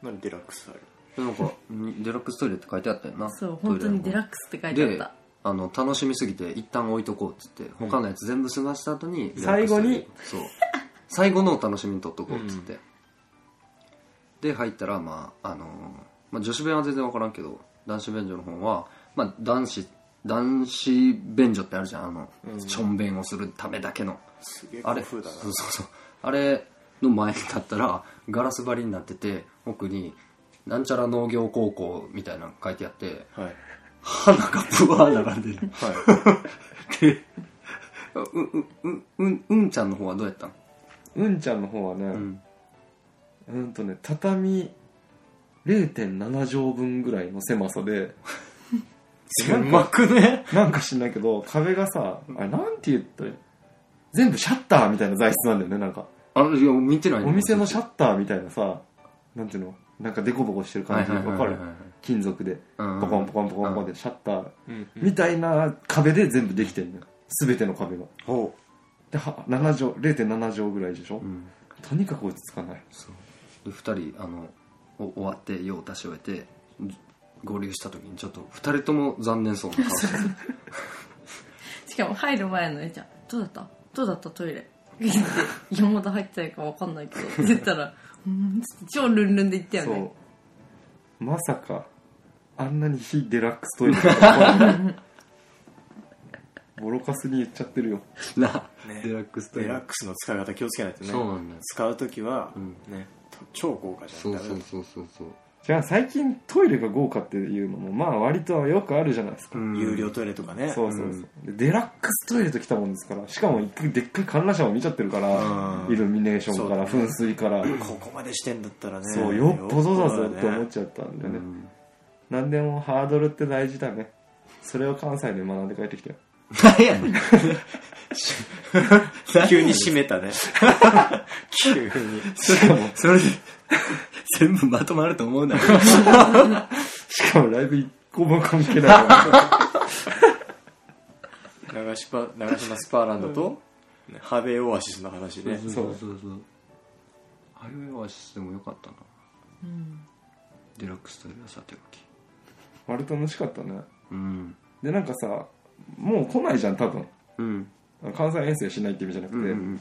[SPEAKER 1] 何デラックスある
[SPEAKER 2] なんかにデラックストイレって書いてあったよな
[SPEAKER 4] そう本当にデラックスって書いてあっ
[SPEAKER 2] で
[SPEAKER 4] た
[SPEAKER 2] あの楽しみすぎて一旦置いとこうっつって他のやつ全部済ました後にデラック
[SPEAKER 3] 最
[SPEAKER 2] スト
[SPEAKER 3] 後
[SPEAKER 2] イレ
[SPEAKER 3] に
[SPEAKER 2] そう最後のお楽しみに取っとこうっつって、で入ったらまああのーまあ、女子弁は全然分からんけど男子便所の方は、まあ、男子男子便所ってあるじゃんあの、ちょんべんをするためだけの
[SPEAKER 1] すげえ
[SPEAKER 2] あ
[SPEAKER 1] 古
[SPEAKER 2] れ
[SPEAKER 1] 風だな
[SPEAKER 2] そうそうそうあれの前に立ったらガラス張りになってて奥になんちゃら農業高校みたいなの書いてあって
[SPEAKER 1] はい
[SPEAKER 2] 花がブワー並んでる
[SPEAKER 1] はい
[SPEAKER 2] で、う、う、う、うん、うんちゃんの方はどうやったの
[SPEAKER 3] うんちゃんの方はね、うんん、とね畳0.7畳分ぐらいの狭さで
[SPEAKER 1] 狭くね
[SPEAKER 3] なんか知んないけど壁がさあれなんて言ったらいい全部シャッターみたいな材質なんだよねなんか
[SPEAKER 2] あれ、いや、見てない
[SPEAKER 3] お店のシャ
[SPEAKER 2] ッ
[SPEAKER 3] ッターみたいなさなんていうのなんかデコボコしてる感じわかる金属で
[SPEAKER 2] うん
[SPEAKER 3] ポコンポコンポコンポコンでシャッター
[SPEAKER 1] うん
[SPEAKER 3] みたいな壁で全部できてるのよ全ての壁が
[SPEAKER 1] ほ
[SPEAKER 3] では7畳0.7畳ぐらいでしょ、
[SPEAKER 2] ん
[SPEAKER 3] とにかく落ち着かない
[SPEAKER 2] で、二人、あの、お終わって、用を足し終えて、合流した時にちょっと、二人とも残念そうな顔してる。
[SPEAKER 4] しかも入る前のえちゃん「どうだったどうだったトイレ」言って「山田入ってないか分かんないけど」って言ったら「うーん」つって超ルンルンで言ったよね
[SPEAKER 3] そうまさかあんなに非デラックストイレだとは思わない ボロカスに言っちゃってるよ
[SPEAKER 2] な、
[SPEAKER 1] ね
[SPEAKER 2] デラックス
[SPEAKER 1] う
[SPEAKER 2] と
[SPEAKER 1] デラックスの使い方気をつけないとね
[SPEAKER 2] そうなんだよ
[SPEAKER 1] 使う時は
[SPEAKER 2] うん
[SPEAKER 1] ね超豪華じゃ
[SPEAKER 2] そ
[SPEAKER 1] ん
[SPEAKER 2] う
[SPEAKER 1] ダメ
[SPEAKER 2] そ
[SPEAKER 1] だ
[SPEAKER 2] うそうそうそう。
[SPEAKER 3] じゃあ最近トイレが豪華っていうのもまあ割とはよくあるじゃないですか、
[SPEAKER 1] 有料トイレとかね
[SPEAKER 3] そうそうそう、でデラックストイレと来たもんですからしかも一回でっかい観覧車も見ちゃってるから、
[SPEAKER 1] うん
[SPEAKER 3] イルミネーションから
[SPEAKER 1] そうだね
[SPEAKER 3] 噴水から、
[SPEAKER 1] ここまでしてんだったらね
[SPEAKER 3] そうよっぽどだぞって思っ
[SPEAKER 1] ち
[SPEAKER 3] ちゃったんだ
[SPEAKER 2] う
[SPEAKER 3] よね、
[SPEAKER 2] ん。
[SPEAKER 3] 何でもハードルって大事だねそれを関西で学んで帰ってきたよ
[SPEAKER 2] 何やねん。
[SPEAKER 1] ゃう急に閉めた ね急に
[SPEAKER 3] しかも
[SPEAKER 2] それで、 全部まとまると思うなよ。
[SPEAKER 3] しかもライブ一個も関係ないから
[SPEAKER 1] 長島長島スパーランドとねハーベイオアシスの話ね
[SPEAKER 3] そう
[SPEAKER 2] そうそう。ハイウェイオアシスでもよかったな。デラックスと皆さておき
[SPEAKER 3] 割と楽しかったね
[SPEAKER 2] うん
[SPEAKER 3] でなんかさもう来ないじゃん多分
[SPEAKER 2] うん
[SPEAKER 3] 関西遠征しないって意味じゃなく
[SPEAKER 2] う
[SPEAKER 3] て、
[SPEAKER 2] んうん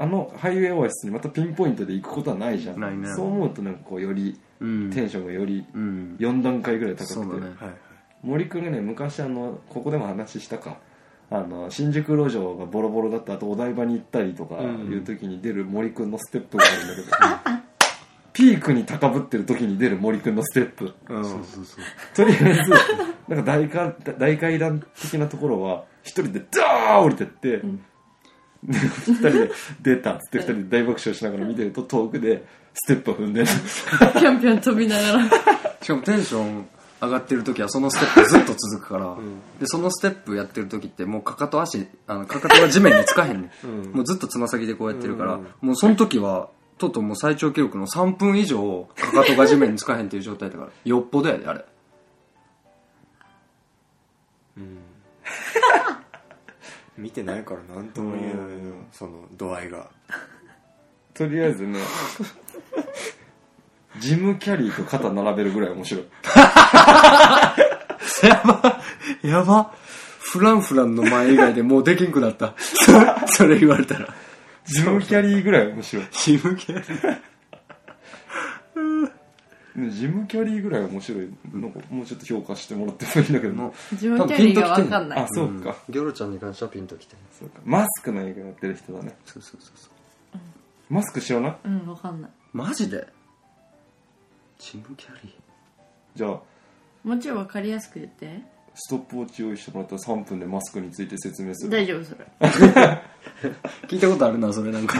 [SPEAKER 3] あのハイウェイオアシスにまたピンポイントで行くことはないじゃん
[SPEAKER 2] ないね
[SPEAKER 3] そう思うとなんかこうより
[SPEAKER 2] うん
[SPEAKER 3] テンションがより
[SPEAKER 2] うん
[SPEAKER 3] 4段階ぐらい
[SPEAKER 2] そ
[SPEAKER 3] 高く
[SPEAKER 2] う
[SPEAKER 3] て、
[SPEAKER 2] だね
[SPEAKER 3] はい森くんがね昔あのここでも話したかあの新宿路上がボロボロだった後お台場に行ったりとかいう時に出る森くんのステップがあるんだけど、 ピークに高ぶってる時に出る森くんのステップ
[SPEAKER 2] そうそうそう
[SPEAKER 3] とりあえずなんか大階大階段的なところは一人でダーッ降りてって、で二人で出たっつって二人で大爆笑しながら見てると遠くでステップを踏んでる
[SPEAKER 4] ぴょんぴょん飛びながら。
[SPEAKER 2] しかもテンション上がってる時はそのステップずっと続くから、でそのステップやってる時ってもうかかと足あのかかとが地面につかへんね、ん、もうずっとつま先でこうやってるから、もうその時はとうとうもう最長記録の3分以上かかとが地面につかへんっていう状態だからよっぽどやであれ
[SPEAKER 1] 見てないから何とも言えないのその度合いが
[SPEAKER 3] とりあえずねジム・キャリーと肩並べるぐらい面白い
[SPEAKER 2] やばやばフランフランの前以外でもうできんくなったそれ言われたら
[SPEAKER 3] ジム・キャリーぐらい面白い
[SPEAKER 2] ジムキャ
[SPEAKER 3] ねジム・キャリーぐらい面白いなんかもうちょっと評価してもらってもいいんだけど
[SPEAKER 2] の
[SPEAKER 4] 自分キャリーがわかんない
[SPEAKER 3] あ。そうか,、
[SPEAKER 2] ギョロちゃんに関してはピンときて
[SPEAKER 3] そうかマスクの映画やってる人だね
[SPEAKER 2] そうそうそうそう
[SPEAKER 3] マスクしような
[SPEAKER 4] うん、わかんない。
[SPEAKER 2] マジでジムキャリー
[SPEAKER 3] じゃあ
[SPEAKER 4] もうちょいわかりやすく言って。
[SPEAKER 3] ストップウォッチ用意してもらったら3分でマスクについて説明する
[SPEAKER 4] 大丈夫、それ。
[SPEAKER 2] 聞いたことあるなそれなんか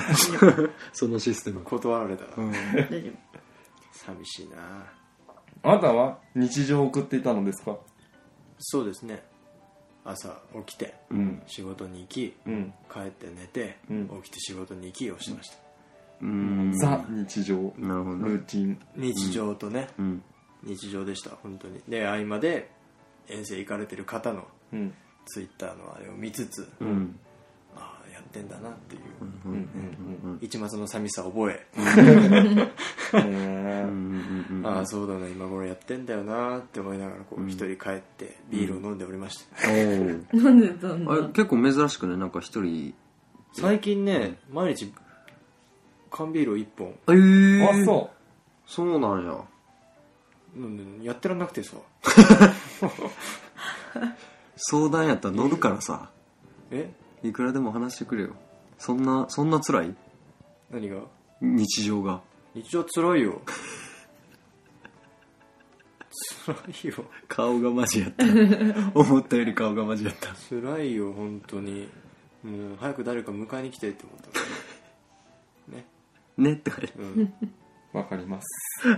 [SPEAKER 2] そのシステム
[SPEAKER 1] 断られた、
[SPEAKER 4] 大丈夫。
[SPEAKER 1] 寂しいな
[SPEAKER 3] あなたは日常を送っていたのですか
[SPEAKER 1] そうですね朝起きて
[SPEAKER 3] うん
[SPEAKER 1] 仕事に行き、
[SPEAKER 3] うん
[SPEAKER 1] 帰って寝て、
[SPEAKER 3] うん
[SPEAKER 1] 起きて仕事に行きをしてました、
[SPEAKER 2] うん
[SPEAKER 3] ザ日常
[SPEAKER 2] なるほどね
[SPEAKER 3] ルーチン
[SPEAKER 1] 日常とね、
[SPEAKER 2] うん
[SPEAKER 1] 日常でした本当にで合間で遠征行かれてる方の
[SPEAKER 3] うん
[SPEAKER 1] ツイッターのあれを見つつ、
[SPEAKER 2] うん
[SPEAKER 1] ああやってんだなっていう、
[SPEAKER 3] うんうん
[SPEAKER 1] 一抹の寂しさを覚え、
[SPEAKER 3] うんうん
[SPEAKER 2] うんう ん
[SPEAKER 1] ああそうだね今頃やってんだよなって思いながらこう一人帰ってビールを飲んでおりました、
[SPEAKER 2] うん
[SPEAKER 4] なんでどん
[SPEAKER 2] おーあれ
[SPEAKER 4] な。
[SPEAKER 2] 結構珍しくねなんか一人
[SPEAKER 1] 最近ね毎日缶ビールを1本
[SPEAKER 2] ええ
[SPEAKER 3] あ
[SPEAKER 2] ー、
[SPEAKER 3] そう
[SPEAKER 2] そうなんや
[SPEAKER 1] 飲んでやってらんなくてさ
[SPEAKER 2] 相談やったら乗るからさ
[SPEAKER 1] え
[SPEAKER 2] いくらでも話してくれよそんなそんな辛い
[SPEAKER 1] 何が
[SPEAKER 2] 日常が
[SPEAKER 1] 一応辛いよ辛いよ
[SPEAKER 2] 顔がマジ やった思ったより顔がマジやった
[SPEAKER 1] 辛いよ本当にもう早く誰か迎えに来てって思ったね
[SPEAKER 2] ねって感じ
[SPEAKER 1] うんで
[SPEAKER 3] わかります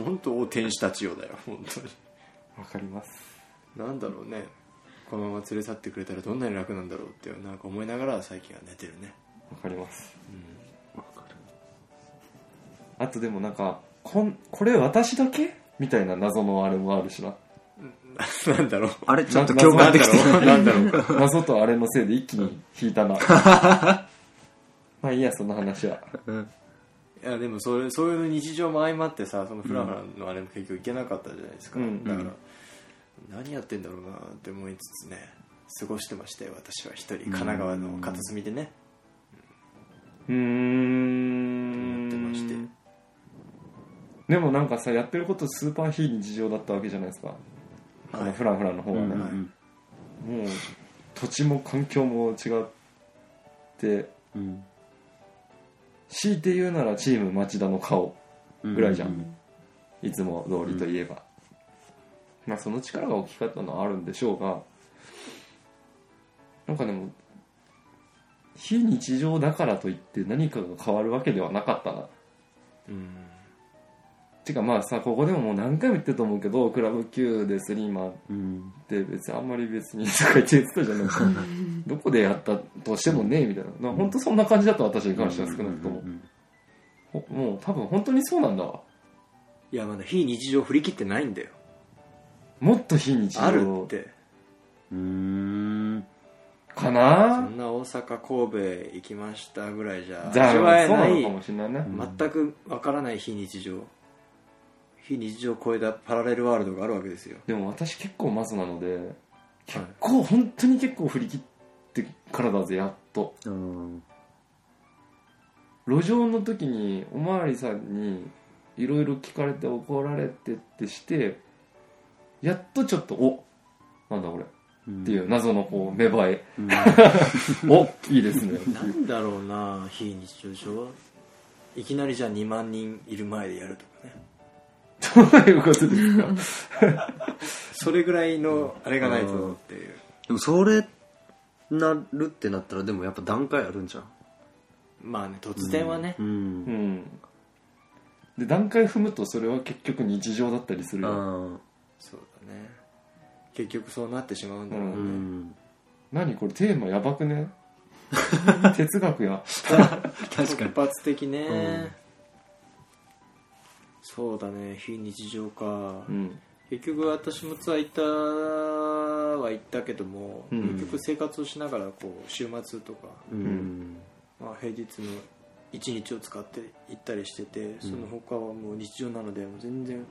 [SPEAKER 1] も本当お天使たちよだよ本当に
[SPEAKER 3] わかります
[SPEAKER 1] なんだろうねこのまま連れ去ってくれたらどんなに楽なんだろうってなんか思いながら最近は寝てるね
[SPEAKER 3] わかりますあとでもなんかこんこれ私だけみたいな謎のあれもあるしな
[SPEAKER 1] ななんだろう
[SPEAKER 2] あれちょっと共感できてない
[SPEAKER 1] なんだろうなんだろう
[SPEAKER 3] 謎とあれのせいで一気に引い たなまあいいやその話は
[SPEAKER 1] かいやでもそういうそういう日常も相まってさそのフラフラのあれも結局いけなかったじゃないですか、
[SPEAKER 3] うん
[SPEAKER 1] だから、何やってんだろうなって思いつつね過ごしてましたよ私は一人神奈川の片隅でね、
[SPEAKER 3] うー
[SPEAKER 1] や
[SPEAKER 3] ん
[SPEAKER 1] ってまして
[SPEAKER 3] でもなんかさやってることスーパー非日常だったわけじゃないですか、あのフランフランの方はね、
[SPEAKER 1] はい
[SPEAKER 3] もう土地も環境も違って
[SPEAKER 2] うん
[SPEAKER 3] 強いて言うならチーム町田の顔
[SPEAKER 2] うん
[SPEAKER 3] ぐらいじゃん、いつも通りといえば、まあその力が大きかったのはあるんでしょうがなんかでも非日常だからといって何かが変わるわけではなかったな
[SPEAKER 1] うん
[SPEAKER 3] てかまあさここでももう何回も言ってると思うけどクラブ Q でスリーマンっ
[SPEAKER 2] うん
[SPEAKER 3] て別にあんまり別にとか言ってたじ ゃないですかどこでやったとしてもねみたいなな本当そんな感じだった私に関しては少なくともほもう多分本当にそうなんだわ
[SPEAKER 1] いやまだ非日常振り切ってないんだよ
[SPEAKER 3] もっと非日
[SPEAKER 1] ある
[SPEAKER 3] 常
[SPEAKER 1] って
[SPEAKER 2] うん
[SPEAKER 3] か
[SPEAKER 1] そ
[SPEAKER 3] なん
[SPEAKER 1] な大阪神戸行きましたぐらいじゃ
[SPEAKER 3] じゃあ
[SPEAKER 1] 味わえ
[SPEAKER 3] そう
[SPEAKER 1] な
[SPEAKER 3] ないのかもしれないね
[SPEAKER 1] 全くわからない非日常非日常を超えたパラレルワールドがあるわけですよ
[SPEAKER 3] でも私結構マゾなので結構、本当に結構振り切ってからだぜやっと
[SPEAKER 2] うん
[SPEAKER 3] 路上の時におまわりさんにいろいろ聞かれて怒られてってしてやっとちょっとおなんだこれっていう謎のこう芽生え、 おいいですね
[SPEAKER 1] なんだろうな非日常でしょいきなりじゃあ2万人いる前でやるとかね
[SPEAKER 3] どういうことですか
[SPEAKER 1] それぐらいのあれがないとっていう
[SPEAKER 2] でもそれなるってなったらでもやっぱ段階あるんじゃん
[SPEAKER 1] まあね突然はね、
[SPEAKER 2] うん
[SPEAKER 3] うんで段階踏むとそれは結局日常だったりする
[SPEAKER 2] あ
[SPEAKER 3] よ
[SPEAKER 2] ー
[SPEAKER 1] そうだね結局そうなってしまうんだろうね、
[SPEAKER 3] う
[SPEAKER 2] うん
[SPEAKER 3] 何これテーマやばく ね哲学や
[SPEAKER 2] 確かに
[SPEAKER 1] 突発的ね、
[SPEAKER 2] ん
[SPEAKER 1] そうだね非日常か、
[SPEAKER 3] うん
[SPEAKER 1] 結局私もツアー行ったは行ったけども、
[SPEAKER 3] うん
[SPEAKER 1] 結局生活をしながらこう週末とか、
[SPEAKER 2] うん
[SPEAKER 1] まあ、平日の一日を使って行ったりしててその他はもう日常なのでもう全然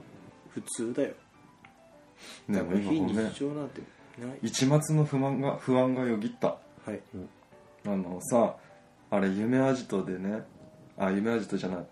[SPEAKER 1] 普通だよ、
[SPEAKER 3] で
[SPEAKER 1] だ
[SPEAKER 3] も
[SPEAKER 1] から
[SPEAKER 3] 今
[SPEAKER 1] 非
[SPEAKER 3] こうね
[SPEAKER 1] 日常なんてない、
[SPEAKER 3] 一末の不満が不安がよぎった
[SPEAKER 1] はい
[SPEAKER 3] あのさあれ夢アジトでねあ夢アジトじゃない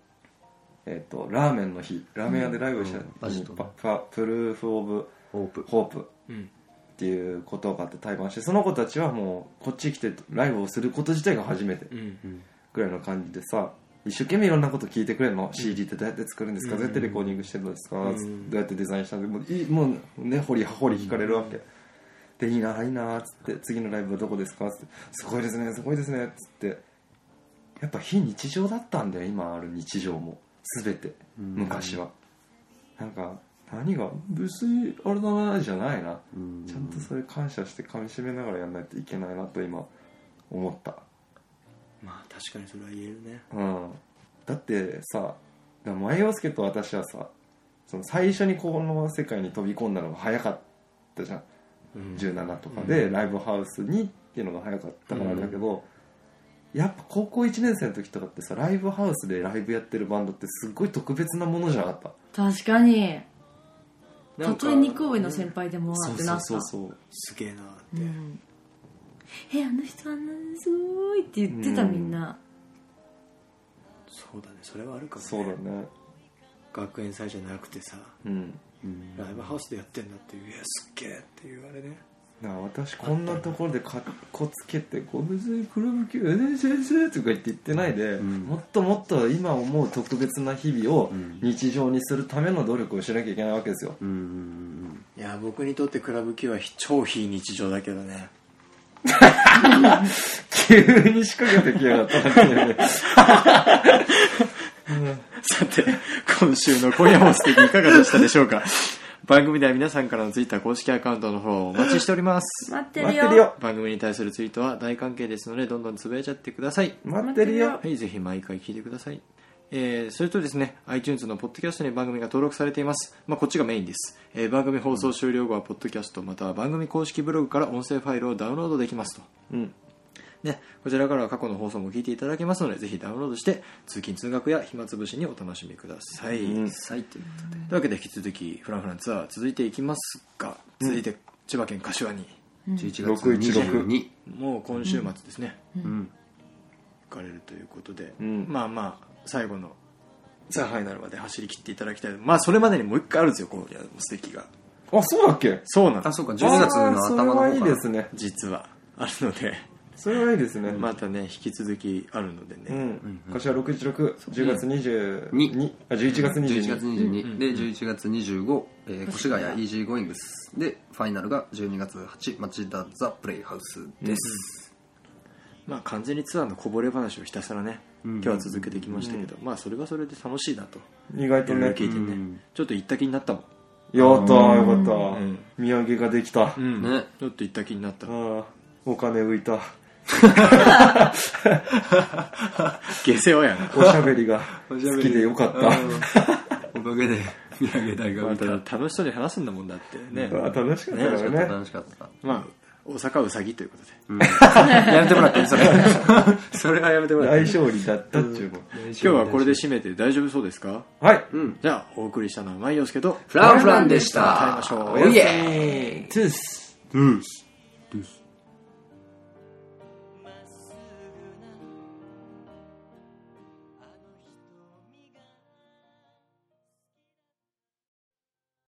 [SPEAKER 3] えっ、とラーメンの日ラーメン屋でライブした
[SPEAKER 2] うん
[SPEAKER 3] 時に、
[SPEAKER 2] アジトね
[SPEAKER 3] パパプルーフ・オブ・
[SPEAKER 2] オープン
[SPEAKER 3] ホープ
[SPEAKER 1] うん
[SPEAKER 3] っていうことがあって対バンしてその子たちはもうこっち来てライブをすること自体が初めて
[SPEAKER 1] うん
[SPEAKER 3] ぐらいの感じでさ一生懸命いろんなこと聞いてくれるの CD ってどうやって作るんですか、
[SPEAKER 1] うん
[SPEAKER 3] どうやってレコーディングしてるんですか、
[SPEAKER 1] うん
[SPEAKER 3] どうやってデザインしたんでもういいもうね掘り葉掘り聞かれるわけ、でいいないいなっつって次のライブはどこですかっつってすごいですねすごいですねっつってやっぱ非日常だったんだよ今ある日常も全て
[SPEAKER 2] うん
[SPEAKER 3] 昔は、なんか何が別にあれだなじゃないな、
[SPEAKER 2] うん
[SPEAKER 3] ちゃんとそれ感謝して噛みしめながらやんないといけないなと今思った
[SPEAKER 1] まあ確かにそれは言えるね
[SPEAKER 3] うん、だってさだから前洋介と私はさその最初にこの世界に飛び込んだのが早かったじゃん、
[SPEAKER 1] うん
[SPEAKER 3] 17とかでライブハウスにっていうのが早かったからだけど、やっぱ高校1年生の時とかってさライブハウスでライブやってるバンドってすっごい特別なものじゃなかった
[SPEAKER 4] 確かに
[SPEAKER 1] な
[SPEAKER 4] た
[SPEAKER 1] んか
[SPEAKER 4] とえ肉上の先輩でもなってなった
[SPEAKER 3] そうそうそう
[SPEAKER 1] すげえなっ
[SPEAKER 4] う
[SPEAKER 1] て、
[SPEAKER 4] んえあの人あんなにすごいって言ってた、
[SPEAKER 3] うん
[SPEAKER 4] みんな
[SPEAKER 1] そうだねそれはあるかも、ね、
[SPEAKER 3] そうそうだね
[SPEAKER 1] 学園祭じゃなくてさ
[SPEAKER 3] うん
[SPEAKER 1] ライブハウスでやってんだっていういやすっげえっていうあれね
[SPEAKER 3] だから私こんなところでかっこつけてこう別にクラブ級えね先生とか言って言ってないで、
[SPEAKER 2] ん
[SPEAKER 3] もっともっと今思う特別な日々を日常にするための努力をしなきゃいけないわけですよ、
[SPEAKER 2] うんうん
[SPEAKER 1] いや僕にとってクラブ級は超非日常だけどね
[SPEAKER 3] 急に仕掛けてきやがったっていうね
[SPEAKER 1] さて、今週の今夜も素敵いかがでしたでしょうか 番組では皆さんからのツイッター公式アカウントの方をお待ちしております。
[SPEAKER 4] 待ってる
[SPEAKER 3] 待っ
[SPEAKER 4] よ
[SPEAKER 3] てるよ
[SPEAKER 1] 番組に対するツイートは大関係ですので、どんどんつぶやいちゃってください。
[SPEAKER 3] 待ってるよ
[SPEAKER 1] はい、ぜひ毎回聞いてください。えー、それとですね、iTunes のポッドキャストに番組が登録されています。まあ、こっちがメインです。えー番組放送終了後は、ポッドキャストまたは番組公式ブログから音声ファイルをダウンロードできますと。
[SPEAKER 3] うん
[SPEAKER 1] ね、こちらからは過去の放送も聞いていただけますので、ぜひダウンロードして、通勤通学や暇つぶしにお楽しみください。
[SPEAKER 3] うん
[SPEAKER 1] さいということでというわけで引き続き、フランフランツアー続いていきますが、続いて千葉県柏に、
[SPEAKER 2] うん11月
[SPEAKER 3] 616
[SPEAKER 2] 22
[SPEAKER 1] もう今週末ですね、
[SPEAKER 2] うん
[SPEAKER 1] 行かれるということで、
[SPEAKER 3] うん
[SPEAKER 1] まあまあ、最後のザ・ファイナルまで走り切っていただきたい。まあ、それまでにもう一回あるんですよ、今夜の素敵が。
[SPEAKER 3] あそうだっけ
[SPEAKER 1] そうなんで
[SPEAKER 2] あ
[SPEAKER 1] す
[SPEAKER 2] そうか12月の頭の方
[SPEAKER 3] あ
[SPEAKER 2] か
[SPEAKER 3] ーそれはいいですね
[SPEAKER 1] 実は。あるので、
[SPEAKER 3] それはいいですね、
[SPEAKER 1] またね、引き続きあるのでね。
[SPEAKER 3] うん、柏616、10月22、
[SPEAKER 2] に
[SPEAKER 3] あ11月
[SPEAKER 2] 11月
[SPEAKER 3] 22、
[SPEAKER 2] 22、で11月25、えー、越谷イージーゴーイングスでファイナルが12月8町田ザ・プレイハウスです、
[SPEAKER 1] まあ、完全にツアーのこぼれ話をひたすらね、
[SPEAKER 2] ん
[SPEAKER 1] 今日は続けてきましたけど、まあそれはそれで楽しいなと
[SPEAKER 3] 意外
[SPEAKER 1] い
[SPEAKER 3] と
[SPEAKER 1] ろいろ
[SPEAKER 3] ね、
[SPEAKER 1] 聞いてね、
[SPEAKER 2] うん
[SPEAKER 1] ちょっと行った気になったもん、
[SPEAKER 3] やったーよかったー、
[SPEAKER 1] ん
[SPEAKER 3] 土産ができた、
[SPEAKER 2] ね
[SPEAKER 1] ちょっと行った気になった
[SPEAKER 3] あーお金浮いた
[SPEAKER 1] 下世話やな
[SPEAKER 3] おしゃべりが好きでよかった
[SPEAKER 2] おかげで土産代が浮いた
[SPEAKER 1] また楽しそうに話すんだもんだってね、
[SPEAKER 3] あ楽しかった
[SPEAKER 2] 楽し
[SPEAKER 3] か
[SPEAKER 2] かった
[SPEAKER 3] らね
[SPEAKER 2] 楽しかった
[SPEAKER 1] まあ大阪うさぎということで。
[SPEAKER 2] うん やめてもらっていいそれ。 それはやめてもらってい
[SPEAKER 3] 大
[SPEAKER 2] い
[SPEAKER 3] 勝利だったっちゅうもん
[SPEAKER 1] 今日はこれで締めて大丈夫そうですか
[SPEAKER 3] はい
[SPEAKER 2] うん。
[SPEAKER 1] じゃあ、お送りしたのはマイヨスケと、
[SPEAKER 2] フランフランでした
[SPEAKER 1] 帰りましょう。
[SPEAKER 2] おやすみ
[SPEAKER 6] イエーイ
[SPEAKER 3] トゥース
[SPEAKER 2] うん。